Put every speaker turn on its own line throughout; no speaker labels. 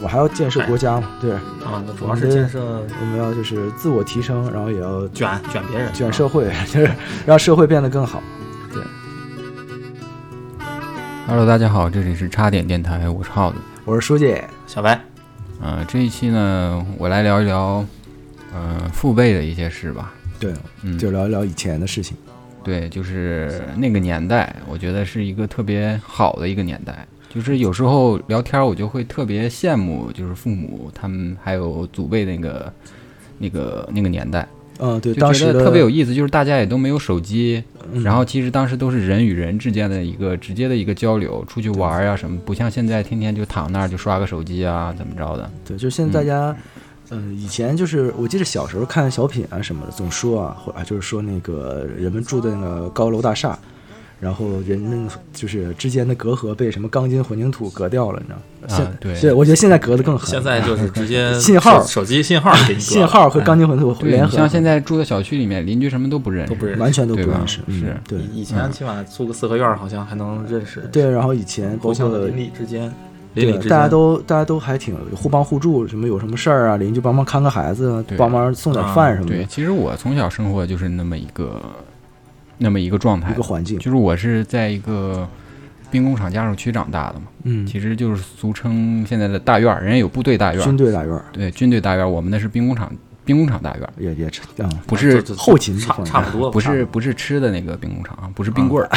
我还要建设国家嘛，对，嗯
啊，那主要是建设
我们要就是自我提升，然后也要
卷卷别人，啊
卷社会， 就是让社会变得更好。
Hello，大家好，这里是叉点电台，我是耗子。
我是书记，
小白，
呃，这一期呢，我来聊一聊，呃，父辈的一些事吧。
对，
嗯，
就聊一聊以前的事情。
对，就是那个年代，我觉得是一个特别好的一个年代。就是有时候聊天儿，我就会特别羡慕，就是父母他们还有祖辈那个、那个、那个年代，
嗯，对，
就
当
觉
时
得
的
特别有意思。就是大家也都没有手机，
嗯
然后其实当时都是人与人之间的一个直接的一个交流，出去玩儿呀、什么，不像现在天天就躺那儿就刷个手机啊，怎么着的。
对，就是现在大家，嗯、以前就是我记得小时候看小品啊什么的，总说啊，或啊就是说那个人们住的那个高楼大厦，然后人们就是之间的隔阂被什么钢筋混凝土隔掉了，你知道吗？现、
啊对
是我觉得现在隔得更狠。
现在就是直接
信号
手手机信号给 你隔了嗯
信号和钢筋混凝土
嗯对，
联
你
合，
像现在住的小区里面，邻居什么都不认
都
识，
不认识。
完全都不
对吧
认识，嗯
是
对
以以前起码租个四合院儿，好像还能认识，，
对，然后以前包
互相
括
的邻里之间，
对，
邻里之间
大家都大家都还挺互帮互助，什么有什么事儿啊，邻居帮忙看个孩子，啊
对啊
帮忙送点饭什么的，
对，其实我从小生活就是那么一个那么一个状态
一个，环境
就，是我是在一个兵工厂家属区长大的嘛，
嗯，
其实就是俗称现在的大院儿，人家有部队大院
军
儿，
队大院儿
对，军队大院儿，我们那是兵工厂兵工厂大院儿，
也也差啊，
不是
就就
后勤这
差
方面
差不多吧，
不是不是吃的那个兵工厂啊，不是冰棍儿，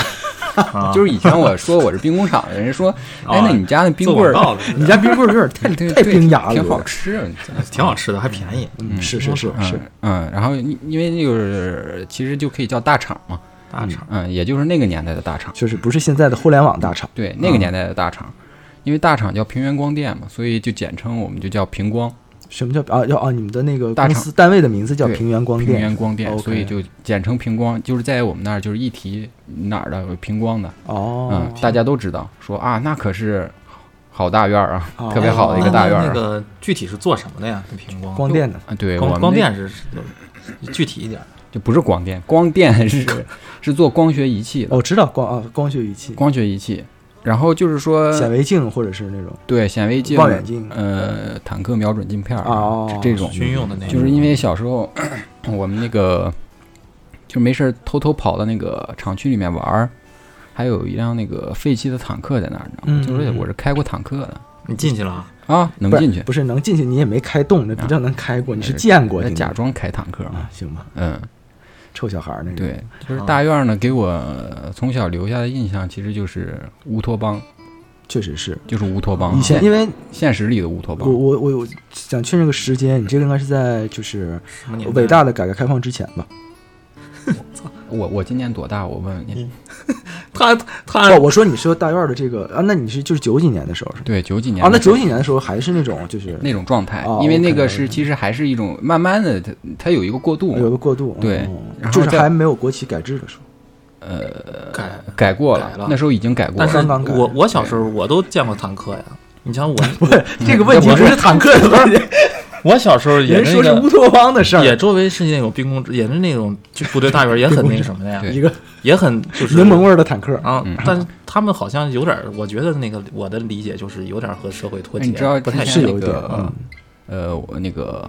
啊
就是以前我说我是兵工厂的， 人家说，哎，那你家那冰
做
棍
广
儿，
告了，
你家冰棍儿有点太
对
太
对
冰牙了，
挺
有
好
点，
吃啊，你知道吗
挺好吃的，还便宜，
嗯，是是是是，
嗯，然后因因为那个其实就可以叫大厂嘛，
大厂
嗯，也就是那个年代的大厂，
就是不是现在的互联网大厂，
对，那个年代的大厂，因为大厂叫平原光电嘛，所以就简称我们就叫平光
什么叫啊要啊你们的那个
大
公
厂
司单位的名字叫
对
平原光
平原
电，
光电，
OK
所以就简称平光，就是在我们那儿就是一提哪儿的平光的，
哦
嗯，，大家都知道，说啊那可是好大院儿啊，
哦
特别好的一个大院
那那
儿啊，
个具体是做什么的呀？跟平光
光电的，
啊，对，我
光
们
光
那
电是是具体一点儿，
就不是光电，光电是 是做光学仪器的，
我知道光啊光学仪器、
光学仪器，然后就是说
显微镜或者是那种
对显微镜、
望远镜
呃，坦克瞄准镜片儿
哦
是这种
军用的那
就
种
是因为小时候 我们那个就没事儿偷偷跑到那个厂区里面玩儿，还有一辆那个废弃的坦克在那儿，你知道吗
嗯？
就是
嗯嗯
我是开过坦克的
你进去了啊，
啊，能
不是
进去，
不是能进去，你也没开动，那不
啊
叫能开过，你是见过
我
的
在假装开坦克嘛
啊，，行吧，
嗯，
臭小孩儿那种，
对，
啊
就是大院儿呢，给我呃从小留下的印象其实就是乌托邦，
确实是。
就是乌托邦啊，
以前因为
现实里的乌托
我
邦，
我我我想确认个时间，你这个应该是在就是
什么年代
伟大的改革开放之前吧？
我我今年多大？我问问
嗯
你，
他他
哦，我说你说大院儿的这个啊，那你是就是九几年的时候是吧？
对，九几年
啊，那
的时候
九几年的时候还是那种就是
那种状态
哦，
因为那
OK，
个是其实还是一种慢慢的，它它有一个过渡嘛，
有个过渡，嗯
对
嗯
然后
就是
再
还没有国企改制的时候，
改，
改过了
改了
那时候已经改过
但
了。
是
刚刚改
我我小时候我都见过坦克呀。你像我，
嗯
这个问题不是坦克的问题，
我小时候也
人
是
说
那
是
个
乌托邦的事
也
儿，
周围是那种兵工，也是那种就部队大院，也很那什么的呀，
对
一个
也很就是
柠檬味儿的坦克，
啊。但是他们好像有点儿，我觉得那个我的理解就是有点儿和社会脱
哎
节，
你知道
不太
之
是
前
有
那
一点嗯
个呃，我那个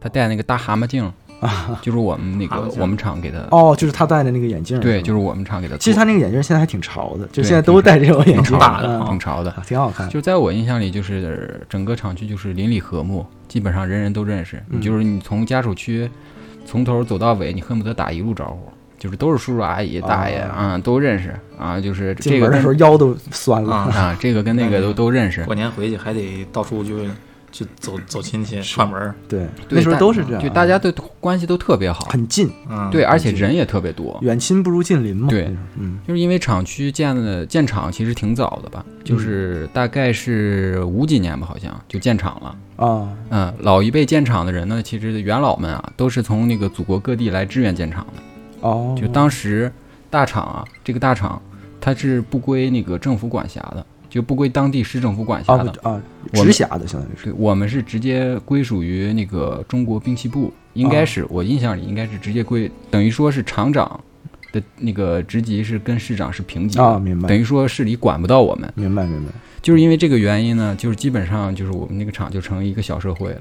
他戴那个大蛤蟆镜，
啊。
就是我们那
蛤
个
蟆镜
我们厂给他，
哦，就是他戴的那个眼镜，
对，
吧
就是我们厂给他做，
其实他那个眼镜现在还挺潮的，就
对
现在都戴这种眼
挺
镜，
潮
大的
嗯
啊
挺潮的。
啊挺好看。
就在我印象里，就是整个厂区就是邻里和睦，基本上人人都认识。你就是
嗯
你从家属区从头走到尾，你恨不得打一路招呼，就是都是叔叔阿姨、大爷
哦
啊、都认识啊。就是
进
这个
门的时候嗯
跟
腰都酸了，
啊。
啊，这个跟那个都都认识。
过年回去还得到处去去走走亲戚串门儿，
对，
对
那时候
大
都是这样，啊
就大家啊对关系都特别好，
很近，
嗯，
对，，啊而且人也特别多。
远亲不如近邻嘛。
对
那种，嗯，
就是因为厂区建的建厂其实挺早的吧，
嗯
就是大概是五几年吧，好像就建厂了。
啊，
嗯，老一辈建厂的人呢，其实元老们啊，都是从那个祖国各地来支援建厂的。
哦，
就当时大厂啊，这个大厂它是不归那个政府管辖的，就不归当地市政府管辖
啊
的。
不啊，
我
直
们
辖的相当于是
对，我们是直接归属于那
啊
个中国兵器部，应该是、我印象里应该是直接归，等于说是厂长的那个职级是跟市长是平级的，
啊，明白
等，于说市里管不到我们。
明白，明白。
就是因为这个原因呢，就是基本上就是我们那个厂就成一个小社会了。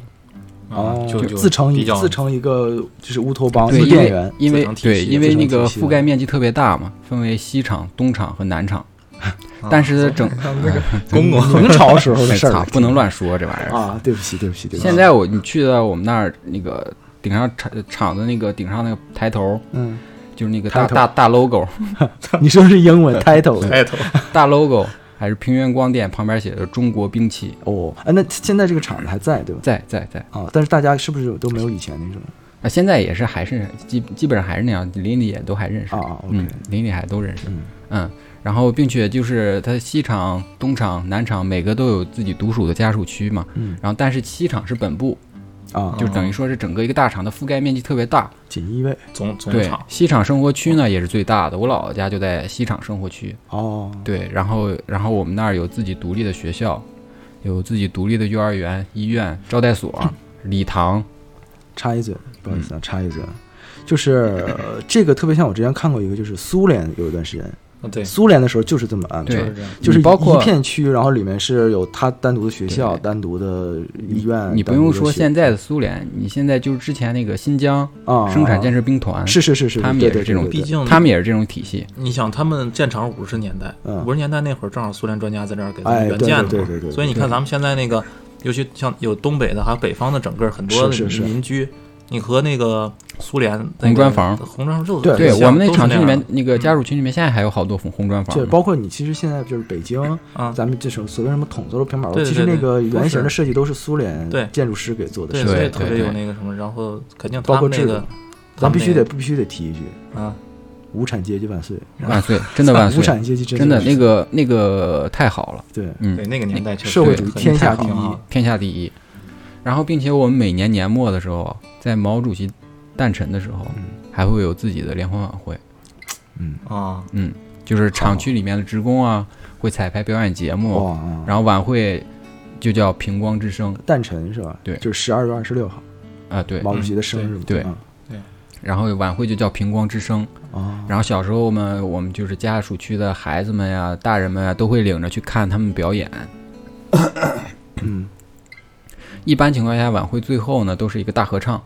啊
哦，
就
自成
比
一
较
自成一个就是乌托哦邦，一
对，
个
因
电源，
为因为
组成体系
对，因为
组成
那个
体系
覆盖面积特别大嘛，分为西厂、东厂和南厂。
啊
但是 整
那个公公
明朝时候的
哎
事儿
操
了，
不能乱说这玩意儿。
啊！对不起，对不起，对不起。
现在我你去到我们那儿那个顶上厂厂子那个顶上那个抬头，
嗯，
就是那个大
抬头
大大 logo，
你说是英文 title
开
哎
头，
大 logo 还是平原光电旁边写着中国兵器，
哦？哎，那现在这个厂子还在对吧？
在在在
啊，但是大家是不是都没有以前那种
啊，现在也是还是基基本上还是那样，邻里也都还认识，
啊啊？OK，
嗯，邻里还都认识，
嗯
嗯，然后并且就是它西厂、东厂、南厂每个都有自己独属的家属区嘛，
嗯
然后但是西厂是本部，
啊，
就等于
哦
说是整个一个大厂的覆盖面积特别大，
锦衣卫
总总
对
厂，
西厂生活区呢也是最大的，我姥姥家就在西厂生活区，
哦，
对，然后然后我们那儿有自己独立的学校，有自己独立的幼儿园、医院、招待所、
嗯
礼堂，
插一嘴，不好意思
嗯
啊，插一嘴啊，就是呃这个特别像我之前看过一个，就是苏联有一段时间，
啊对，
苏联的时候就是这么安排
对
就是这样。
就是
你包
一
括
片区，然后里面是有它单独的学校、
对
单独的医院。
你不
单独
用
的
说
学
现在的苏联，你现在就是之前那个新疆
啊，
生产建
设
设兵团，
是是是是，
他们
对
也
对
是这种
对对
毕
对
竟
他们也是这种体系。
你想，他们建厂五十年代，
嗯
五十年代那会儿正好苏联专家在这儿给咱
哎，
们
对
援建
对
呢
对
嘛，
对对，
所以你看咱们现在那个，尤其像有东北的，还有北方的，整个很多
是是是
民居，你和那个苏联那个
红砖房
红砖房就
对
对
很像
我们那
都是
厂区里
样
面那个家属群里面，现在还有好多红红砖房
对，
呢。
包括你其实现在就是北京，
啊，
咱们这种所谓什么筒子楼、平板楼，
对对
其实
对
那个
对
原型
都
的
是
设计都是苏联
对
建筑师给做的
对，
设计，
所以
对
特别
对
有那个什么，然后肯定
包
他
括
们
制
那个
度，，咱
他们
必须
那
得
个
必须得提一句，
啊，
无产阶级万岁！
万岁，啊真的万
无
岁，
产阶级
真的
的
那个那个太好了，
对，
对
嗯，
那个年代确实
社会主义
很
天下
很
第一
好
天下第一。然后，并且我们每年年末的时候，在毛主席诞辰的时候，还会有自己的联欢晚会。
嗯，
啊，
嗯，就是厂区里面的职工啊，会彩排表演节目，
哇啊，
然后晚会就叫平光之声
诞辰是吧？
对
就是十二月二十六号，
啊，对，
毛主席的生日嘛，
对
啊
然后晚会就叫平光之声。
啊，
然后小时候我们我们就是家属区的孩子们呀、大人们呀，都会领着去看他们 表演。
嗯
一般情况下，晚会最后呢都是一个大合唱，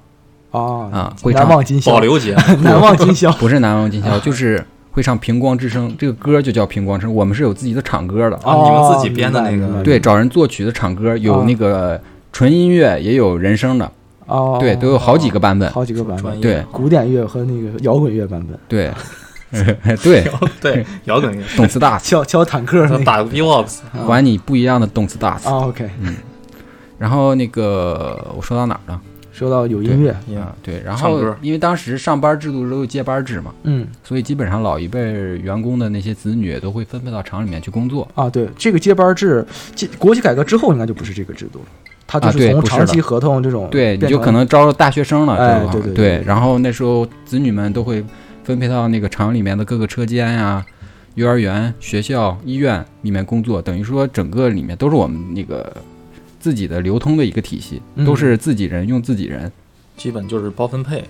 啊
啊会
难
唱
忘今宵
保，留节
难忘今宵。
不是南王 今宵，就是会唱《平光之声》，这个歌就叫《平光之声》，我们是有自己的场歌
哦
的，
啊，你们自己编的那
明白明白
个，
对，找人作曲的场歌，有
啊
那个纯音乐，也有人声的，
哦，
对，都有好几个版本，
好几个版
专
本，
业
对
古典乐和那个摇滚乐版本，
对， 对，
对摇滚乐，
动次打次，
敲敲坦克那个。
打个 B-box，
嗯
管你不一样的动次打次。
啊，OK，
然后那个我说到哪儿了？
说到有音乐，
啊，对，然
唱
后
歌
因为当时上班制度都是接班制嘛，
嗯，
所以基本上老一辈儿员工的那些子女也都会分配到厂里面去工作。
啊，对，这个接班制，这国企改革之后应该就不是这个制度了，它就
啊
是
对
从
不是
长期
了
合同这种
对，你
变
就
成
可能招大学生了，
哎
这
对
个行
对对对
对。然后那时候子女们都会分配到那个厂里面的各个车间呀、幼儿园、学校、医院里面工作，等于说整个里面都是我们那个自己的流通的一个体系，
嗯
都是自己人用自己人，
基本就是包分配，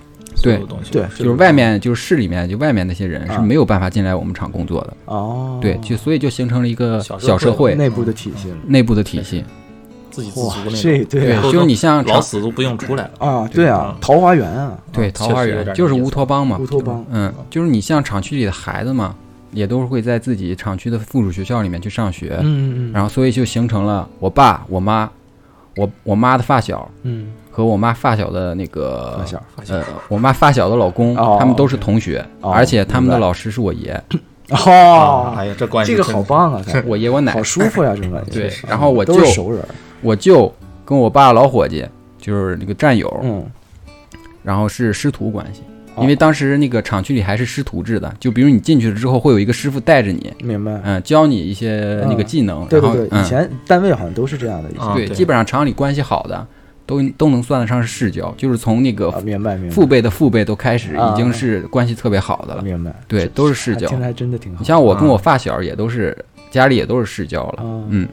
对
所有东西
对
就是外面就是市里面就外面那些人是
啊
没有办法进来我们厂工作的，
哦，
对，就所以就形成了一个
小社
小社
会
会
内部的体系了。
内部的体系，
自给自足
哇，
那种，
这对啊
都
就是你像
老
厂
死都不用出来了，
啊，对啊
嗯，
桃花源啊，
对
啊
桃
确
花
实有
源
点
就是
意思
乌托邦嘛，
乌托邦，
嗯，就是你像厂区里的孩子嘛，也都会在自己厂区的附属学校里面去上学，
嗯嗯
然后所以就形成了我爸、我妈、我我妈的发小
嗯，
和我妈发小的那个
发小
发现
呃，我妈发小的老公，
哦
他们都是同学，
哦
而且他们的
明白
老师是 我爷，
啊
哦，
哎呀，这关系
这个
真
好棒啊，
我爷我奶
好，舒服呀，这种感觉。
对
是啊
然后我
都是
舅
熟人，
我舅跟我爸老伙计就是那个战友，
嗯，
然后是师徒关系。
哦
因为当时那个厂区里还是师徒制的，就比如你进去了之后，会有一个师傅带着你，
明白。
嗯，教你一些那个
嗯
技能，
对
然后
对对，
嗯
以前单位好像都是这样的，以前
啊
对，
对
基本上厂里关系好的，都都能算得上是世交，就是从那
啊，
个
明白明白，
父辈的父辈都开始，
啊
已经是关系特别好的了。
明白，
对，都是世
还
交。
听着还真的挺好。
你像我跟
啊
我发小也都是家里也都是世交了，
啊，
嗯，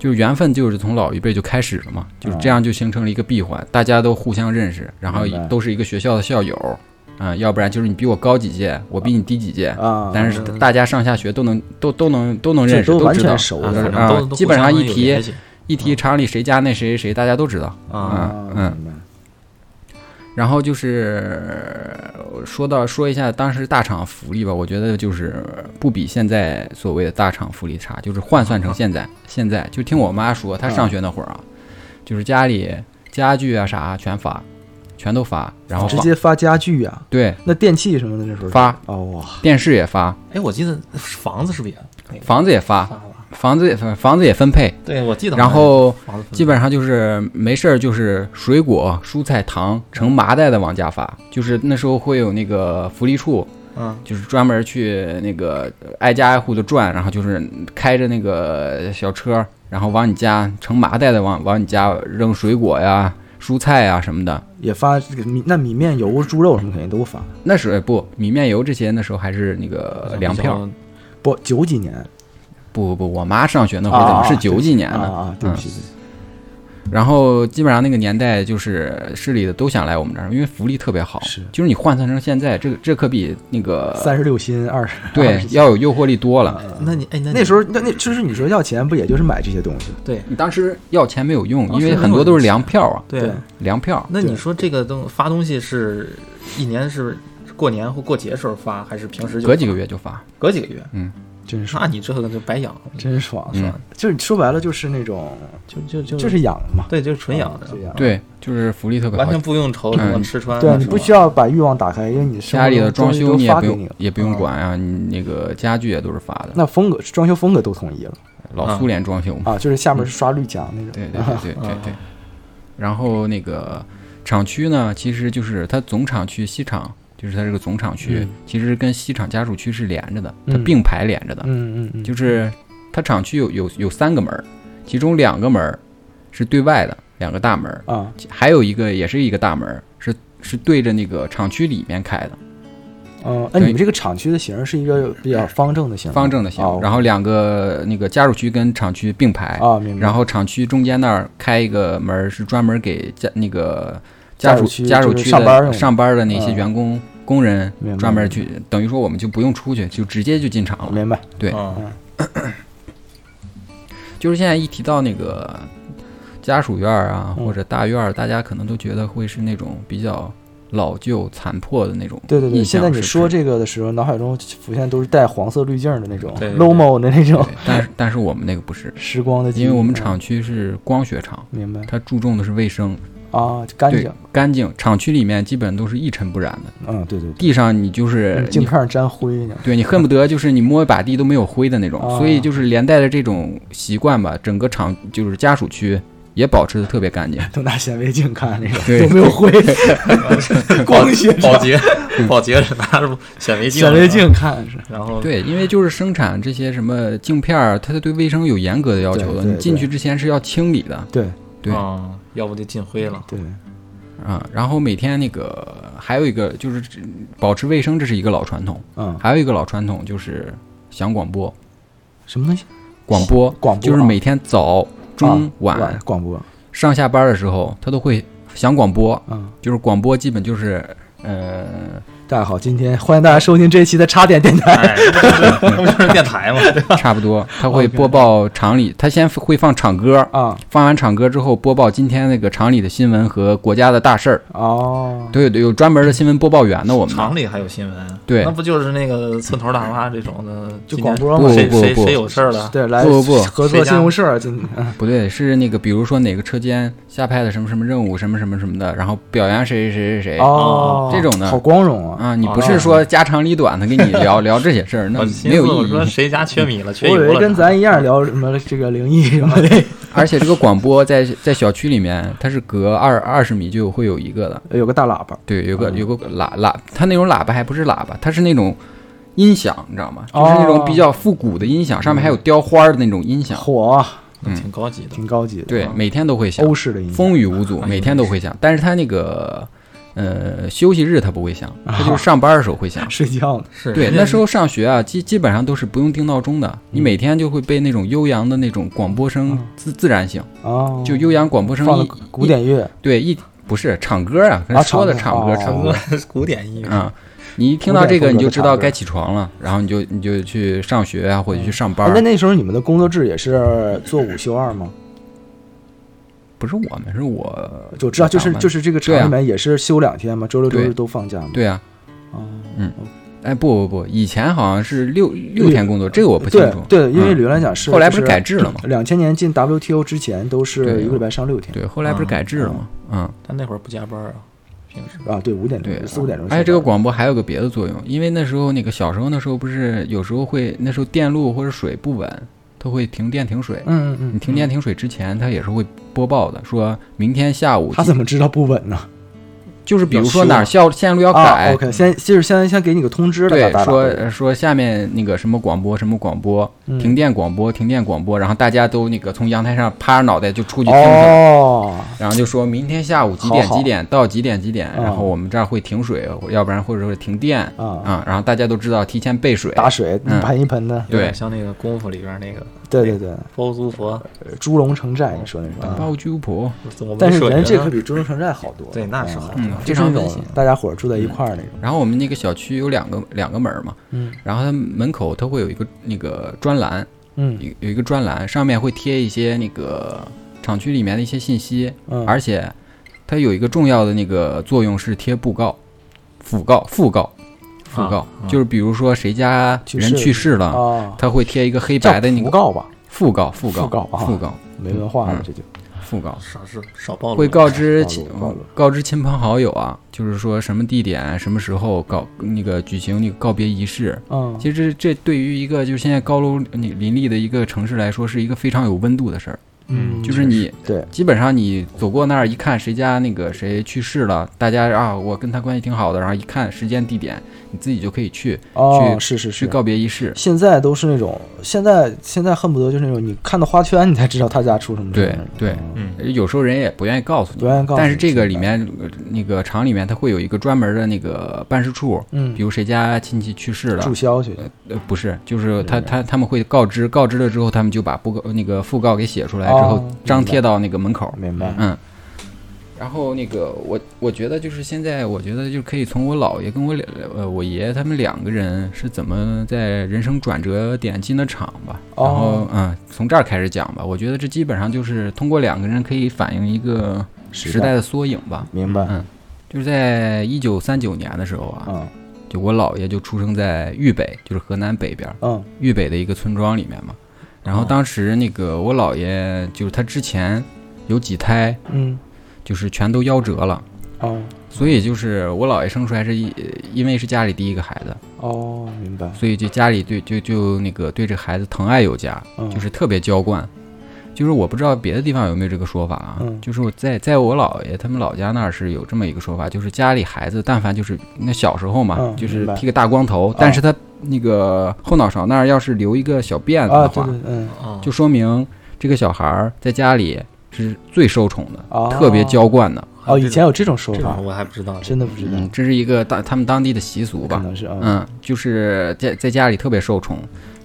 就是缘分就是从老一辈就开始了嘛，就是
啊
这样就形成了一个闭环，大家都互相认识，然后
明白
都是一个学校的校友，啊、要不然就是你比我高几届，我比你低几届，
啊，
但是大家上下学都能都都能都能认识，
这都
都
完
知
全啊
道
熟
啊
的
反正
啊
都都
基本上
互相
一
有
提
联系
一提厂里谁家那谁谁，大家都知道。
啊，
嗯
明白
然后就是呃说到说一下当时大厂福利吧，我觉得就是不比现在所谓的大厂福利差，就是换算成现在，现在就听我妈说，她上学那会儿啊，就是家里家具啊啥全发，全都发，然后
直
房
接发家具啊，
对
那电器什么的那时候
发
哦哇，
电视也发，
哎，我记得房子是不是也那个
房子也发
发，了？
房子也房子也分配，
对，我记得好
然
像
后
是房子分
基本上就是没事儿，就是水果、蔬菜、糖成麻袋的往家发，就是那时候会有那个福利处，
嗯
就是专门去那个呃挨家挨户的转，然后就是开着那个小车，然后往你家成麻袋的往往你家扔水果呀、蔬菜呀什么的。
也发这个米那米面油、猪肉什么肯定都发。
那时候哎不米面油这些，那时候还是那个粮票。
不，九几年
不不不，我妈上学那会儿怎么
啊
是
对
九几年嗯
啊
呢？
啊，对不起，
然后基本上那个年代就是市里的都想来我们这儿，因为福利特别好。
是
就是你换算成现在，这个这可比那个
三十六薪二十，
对要有诱惑力多了。
那你哎，那
嗯那时
候
候那那就是你说要钱，不也就是买这些东西？
对
你当时要钱没有用，
哦
当
因
时
为很多都是粮票啊，
对，
粮票。
那你
对
说这个东发东西是一年是过年或过节时候发，还是平时就
隔几
发
个月就发，
啊
隔几个月？
真爽，
那你这个就白养，
真爽，
嗯
爽。就是说白了，就是那种
就就就
就是养嘛，
对，就是纯养
啊
的，
就养。
对，就是福利特别
完
好
全。不用愁什么
嗯
吃穿。
对，啊你不需
要
要把欲望打开，因为你生活
家里的
中东西
装修
都
你也
发
不
给你
用
了
也不用
啊
管啊，你那个家具也都是发的，
那风格装修风格都统一了
老苏联装修嘛。
啊，就是下面是刷绿墙那种。
嗯对对对对对对。然后那个厂区呢，其实就是它总厂区西厂，就是它这个总厂区，
嗯
其实跟西厂家属区是连着的，它
嗯
并排连着的，
嗯嗯嗯，
就是它厂区有有有三个门儿，其中两个门儿是对外的，两个大门儿，
啊
其还有一个也是一个大门儿，是是对着那个厂区里面开的，
嗯，那你们这个厂区的形是一个比较方正的形吗，
方正的形。
哦
然后两个那个家属区跟厂区并排，
啊，明白。
然后厂区中间那儿开一个门儿，是专门给家那个
家
家
属
属
区
家属
就是
区
上班儿用
的
的
上班儿的那些
嗯
员工工人
明白
专门
明白
去，等于说我们就不用出去，就直接就进厂了。
明白，
对
嗯
就是现在一提到那个家属院儿啊
嗯
或者大院儿，大家可能都觉得会是那种比较老旧残破的那种
对对对。
印
现
象
在你
是不
说
是
这个的时候，脑海中浮现都是带黄色滤镜的那种
对对对
lomo 的那种
对，但是但是我们那个不 是，
时光的记忆，
因为我们
嗯
厂区是光学厂，
明白
它注重的是卫生，
啊，干
对
净，
干净，厂区里面基本都是一尘不染的，
嗯，对对对，嗯
地上你就是
镜
你
片上沾灰呢，
对你恨不得就是你摸一把地都没有灰的那种，
啊
所以就是连带着这种习惯吧，整个厂就是家属区也保持的特别干净。
都拿显微镜看那个，
对
都没有灰， 光学
保洁，保洁是拿着显微镜，啊
显微，
啊
镜看是
然后
对，因为就是生产这些什么镜片儿，它是对卫生有严格的要求
对
的。
对
你进去之前是要清理的
对
对
啊，要不就进灰了。
对，
啊。然后每天那个还有一个就是保持卫生，这是一个老传统。
嗯，
还有一个老传统就是响广播，
什么东西？
广播
广播
就是
啊
每天早、中
啊、
晚
广播，
上下班的时候，它都会响广播。
嗯，
就是广播基本就是呃
大家好，今天欢迎大家收听这一期的插点电台，
哎，那不就是电台嘛？ 对吧
差不多，它会播报厂里，它先会放场歌，
啊，
放完场歌之后播报今天那个厂里的新闻和国家的大事儿。
哦，
对对，有专门的新闻播报员的，我们那儿
厂里还有新闻，
对
那不就是那个寸头大妈这种的，
就
今
广
天
播
不
嘛，
谁
不
谁
不
谁有事儿了？
对，来
不哎不
合作新闻社今天
不对，是那个比如说哪个车间下派的什么什么任务，什么什么什么的，然后表扬谁谁谁谁谁。
哦，
这种的
好光荣啊，
啊，你不
哦
是说家长里短的跟你 聊聊这些事儿，那
我
没
寻
有
思我
意
说
义。
谁家缺米了，缺
我
油
以
了
为
呢？
跟咱一样聊什么这个灵异什么 的，
而且这个广播在在小区里面，它是隔二二十米就会有一个的，
有个大喇 叭，
对，有个
嗯
有个喇喇，它那种喇叭还不是喇叭，它是那种音响，你知道吗？就
哦嗯
是那种比较复古的音响，上面还有雕花儿的那种音响。
火，啊
那挺高级的。
挺高级的，
对，每天都会响，
欧式的音乐，
风雨无阻，
哎呦
每天都会响。但是它那个呃休息日它不会响，
啊
它就是上班的时候会响。
睡觉呢，
是
对，
人家
那时候上学啊，基基本上都是不用定闹钟的，你每天就会被那种悠扬的那种广播声
嗯
自自然醒，
哦，
就悠扬广播声
放
一
的古典乐，
对一不是唱歌啊，
啊
跟说的
唱
唱
歌
歌
哦
唱歌
歌 古典音乐，
啊。你一听到
古典
这
嗯
个，
风
你
格
就
的
知道
唱歌
该起床了，然后你就你就去上学啊，或者去上班
哎那
儿。
那时候你们的工作制也是做午休二吗？
不是我们，是我
就知道，就是
上班
就是这个厂
对啊
里面也是休两天嘛，周六周日
对
都放假嘛。
对啊，
哦，
哎不不不，以前好像是六六
对
天工作，这个我不清
对
楚。
对，因为
嗯
理论来讲是，
后来不是改制了吗？
两千年进 WTO 之前都是
对
一个礼拜上六天
对，后来不是
啊
改制了吗？嗯，
他那会儿不加班啊，平时
啊，对，五点
对
钟四五点钟下班。
而且这个广播还有个别的作用，因为那时候那个小时候那时候不是有时候会那时候电路或者水不稳，它会停电停水。
嗯嗯
你
嗯，
停电停水之前，它也是会播报的，说明天下午
他怎么知道不稳呢？
就是比如说哪儿校线路要
啊
改，
，OK，先就是先先给你个通知了，
对
打，打
说
打
呃说下面那个什么广播什么广播，
嗯
停电广播停电广播，然后大家都那个从阳台上趴着脑袋就出去听去了。
哦，
然后就说明天下午几点
好好
几点到几点几点，
嗯
然后我们这儿会停水，要不然或者说停电
啊
啊，然后大家都知道提前备水。
打水
嗯
一盆一盆的，
有点
对
像那个功夫里边那个
对对对，
包租婆，
呃猪笼城寨，你说那种啊。
包租婆，
怎么
但是
人
人这可比猪笼城寨好多了，
对那是好
嗯
啊，
非
就是
常
那
温
种
馨。
大家伙儿住在一块儿那种，
然后我们那个小区有两个两个门儿嘛，
嗯
然后它门口它会有一个那个专栏，
嗯
有有一个专栏上面会贴一些那个厂区里面的一些信息，
嗯，
而且它有一个重要的那个作用是贴布告、讣告、讣告、
啊
讣
啊
告，就是比如说谁家
去世
人去世了，
啊，
它会贴一个黑
叫
白的那
讣
个
告吧，
讣告、讣告、
讣告啊
讣告、
没文化了
嗯
这就
讣告，
少是少暴露，
会告知亲
暴露暴露
告知亲朋好友啊，就是说什么地点、什么时候告那个举行那个告别仪式。
嗯，
其实这对于一个就是现在高楼你林立的一个城市来说，是一个非常有温度的事儿。
嗯
就是你
对
基本上你走过那儿一看，谁家那个谁去世了，大家啊，我跟他关系挺好的，然后一看时间地点，你自己就可以去
哦，
去
是是
去
是。
告别仪式。
现在都是那种，现在现在恨不得就是那种，你看到花圈，你才知道他家出什么事儿
对对
嗯
嗯，
有时候人也不愿意告诉你
不，愿意告诉你。
但是这个里面呃那个厂里面它会有一个专门的那个办事处，
嗯，
比如谁家亲戚去世了
注，销去，
呃，不是，就是他
明白
他他们会告知，告知了之后，他们就把布告那个讣告给写出来，之
哦
后
明白
张贴到那个门口。
明白？
嗯，然后那个我我觉得就是现在，我觉得就可以从我姥爷跟我两呃我爷爷他们两个人是怎么在人生转折点进的厂吧，然后
哦
嗯，从这儿开始讲吧。我觉得这基本上就是通过两个人可以反映一个时代的缩影吧。
明白？
嗯，就是在一九三九年的时候啊，
嗯
就我姥爷就出生在豫北，就是河南北边儿
嗯
豫北的一个村庄里面嘛。然
哦
后当时那个我姥爷就是他之前有几胎
嗯
就是全都夭折了，
哦
所以就是我姥爷生出来是一因为是家里第一个孩子，
哦，明白？
所以就家里对就就那个对这孩子疼爱有加，
嗯，
就是特别娇惯。就是我不知道别的地方有没有这个说法啊，
嗯
就是我在在我姥爷他们老家那儿是有这么一个说法，就是家里孩子但凡就是那小时候嘛，
嗯
就是
明白啊
剃个大光头，但是他那个后脑勺那儿要是留一个小辫子
啊，
的
对
话，
对嗯，
啊，
就说明这个小孩儿在家里是最受宠的，
哦
特别啊娇惯的。
哦，以前有啊这种说
这
法
种，我还不知道，
真的不知道
嗯，，这是一个当他们当地的习俗
可
吧，
能是啊，
嗯，就是在在家里特别受宠，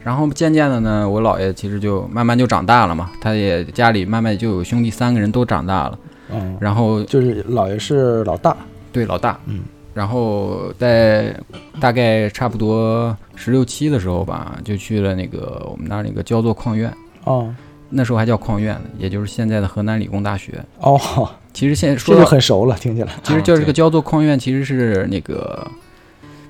然后渐渐的呢，我姥爷其实就慢慢就长大了嘛，他也家里慢慢就有兄弟三个人都长大了，
嗯，
然后
就是姥爷是老大，
对老大，
嗯，
然后在大概差不多十六七的时候吧，就去了那个我们那儿那个焦作矿院，
哦
那时候还叫矿院呢，也就是现在的河南理工大学。
哦，
其实现在
这
说
就
到
很熟了，听起
啊
来，
其实叫这个焦作矿院，其实是那个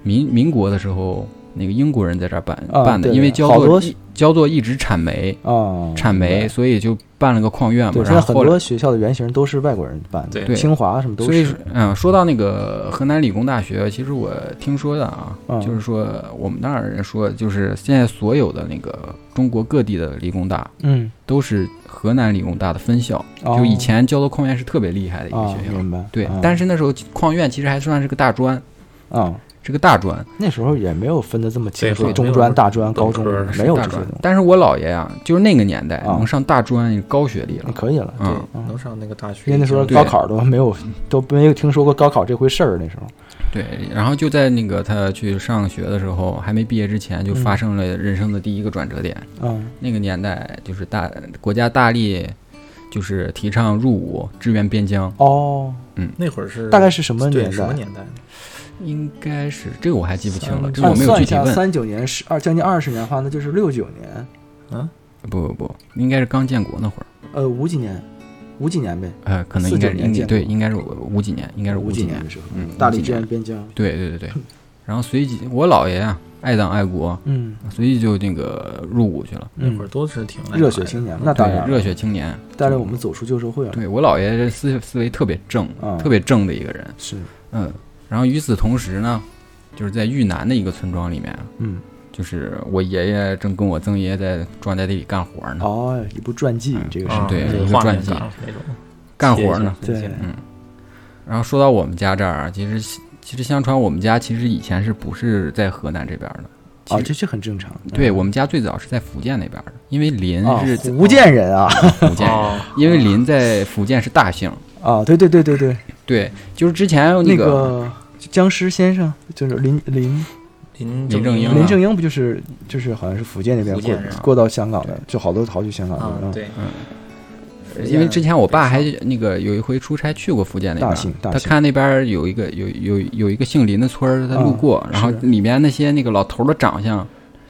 民民国的时候，那个英国人在这儿办、
啊
办的，
对
因为焦
好多
作一焦作一直产煤，
啊，
产煤，所以就办了个矿院嘛。
对，现在
然后
很
后来
多学校的原型都是外国人办的，
对
清华什么都
所以
是，
嗯，说到那个河南理工大学，其实我听说的啊，
嗯
就是说我们那儿人说，就是现在所有的那个中国各地的理工大
嗯，
都是河南理工大的分校，
哦
就以前焦作矿院是特别厉害的一个
啊，
学校。
明白，
对
啊，
但是那时候矿院其实还算是个大专，
啊，
是个大专，
那时候也没有分的这么清楚，
对
中专、大专、高中
本科
没有
大
这些
专
东，西，
但是我姥爷啊，就是那个年代
啊
能上大专，高学历
那
了。
可以了，对
嗯，
嗯
能上那个大学，
因为那时候
对
高考都没有都没有听说过高考这回事儿，那时候
对，然后就在那个他去上学的时候，还没毕业之前，就发生了人生的第一个转折点。
嗯，
那个年代就是大国家大力就是提倡入伍支援边疆，
哦，
那会儿是
大概是什么
对
年
什
代
么？年代？
应该是这个我还记不清了，
三
这个我
按
没有
算
具
一
体
下，
问。
三九年是二将近二十年的话，那就是六九年，
不不不，应该是刚建国那会儿，
呃，五几年，五几年呗，
呃，可能应该
49
是
年
应该
建
对，
国
应该是我五几年，应该是
五
几
年的时候，
嗯，
大
五几
理志
年
愿边疆，
对对对对，然后随即我姥爷啊，爱党爱国，
嗯
啊随即就那个入伍去了，
那会
嗯
儿，都是挺那
热
个
血
的
青年，
嗯
那当
对，
然
热
了，
血青年
带着我们走出旧社会了，
对我姥爷这思思维特别正，
啊
特别正的一个人，
是，
嗯。然后与此同时呢，就是在豫南的一个村庄里面，
嗯，
就是我爷爷正跟我曾爷爷在庄稼地里干活呢，
哦，一部传记，这个是
啊
嗯对
有
一个
画
传
面
记
感那种
干
切一
活
下
呢。
切一
对
下
嗯，然后说到我们家这儿，啊其实其实相传我们家其实以前是不是在河南这边的？其
啊，
实
这这很正常，
对
嗯
我们家最早是在福建那边的，因为林
啊
是，哦
福建人啊，
福建人，
哦，
因为林在福建是大姓。
啊，对对对对对，
对，就是之前
那
个
个僵尸先生就是林林
林
林正英啊
林正英，不就是就是好像是福建那边
福
过
建人啊
过到香港的，就好多逃去香港的，
啊
嗯，
对，
因为之前我爸还
北
那个有一回出差去过福建那边
大
儿
兴，大
他
兴
看那边儿有一个有有有一个姓林的村儿，他路
嗯
过，然后
是
里面那些那个老头儿的长相，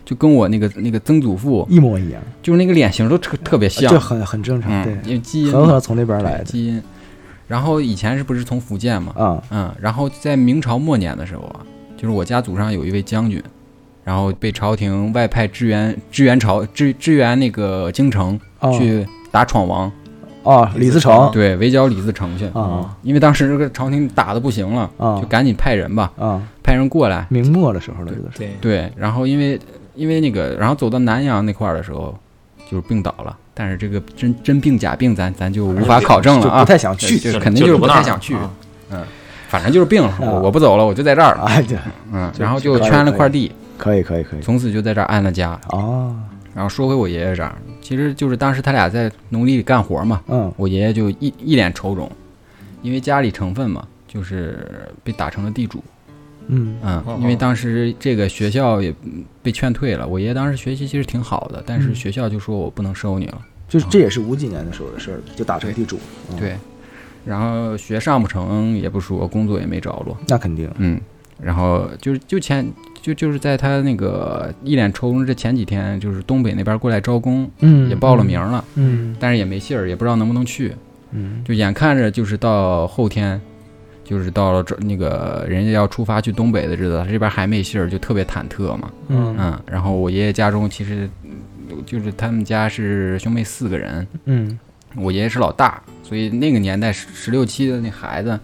就跟我那个那个曾祖父，
一模一样，
就是那个脸型都特特别像
这，很很正常，
嗯，因
对，
为基因
很可能从那边
对
来的
基因。然后以前是不是从福建嘛？
啊，
嗯，然后在明朝末年的时候啊，就是我家祖上有一位将军，然后被朝廷外派支援支援朝支支援那个京城
哦
去打闯王，
哦，李自成
对，围剿李自成去。
啊
因为当时这个朝廷打的不行了，
啊
就赶紧派人吧，
啊，
派人过来。
明末的时候了，这都是
对
对，然后因为因为那个，然后走到南阳那块儿的时候，就是病倒了。但是这个真真病假病咱，咱就无法考证
就
了
不
啊。
太想去
就肯定就是不太想去
啊
反正就是病了，
啊
我我不走了，我就在这儿了。
啊，对，
嗯，
就
然后
就
就
可以
圈
可
了
以
块地，
可以可以可以，
从此就在这儿安了家。
哦，
然后说回我爷爷这儿，其实就是当时他俩在农地里干活嘛，
嗯
我爷爷就一一脸愁容，因为家里成分嘛，就是被打成了地主。
嗯
嗯
哦，
因为当时这个学校也嗯被劝退了。我爷爷当时学习其实挺好的，但是
嗯
学校就说我不能收你了。
就是这也是五几年的时候的事儿了，就打成地主，嗯，
对，然后学上不成也不说，工作也没着落。
那肯定，
嗯，然后就是就前就就是在他那个一脸愁容这前几天，就是东北那边过来招工，
嗯
也报了名，了，
嗯
但是也没信儿，也不知道能不能去。
嗯
就眼看着就是到后天，就是到了这那个人家要出发去东北的日子，他这边还没信儿，就特别忐忑嘛。
嗯
嗯，然后我爷爷家中其实嗯就是他们家是兄妹四个人，
嗯，
我爷爷是老大，所以那个年代十十六七的那孩子，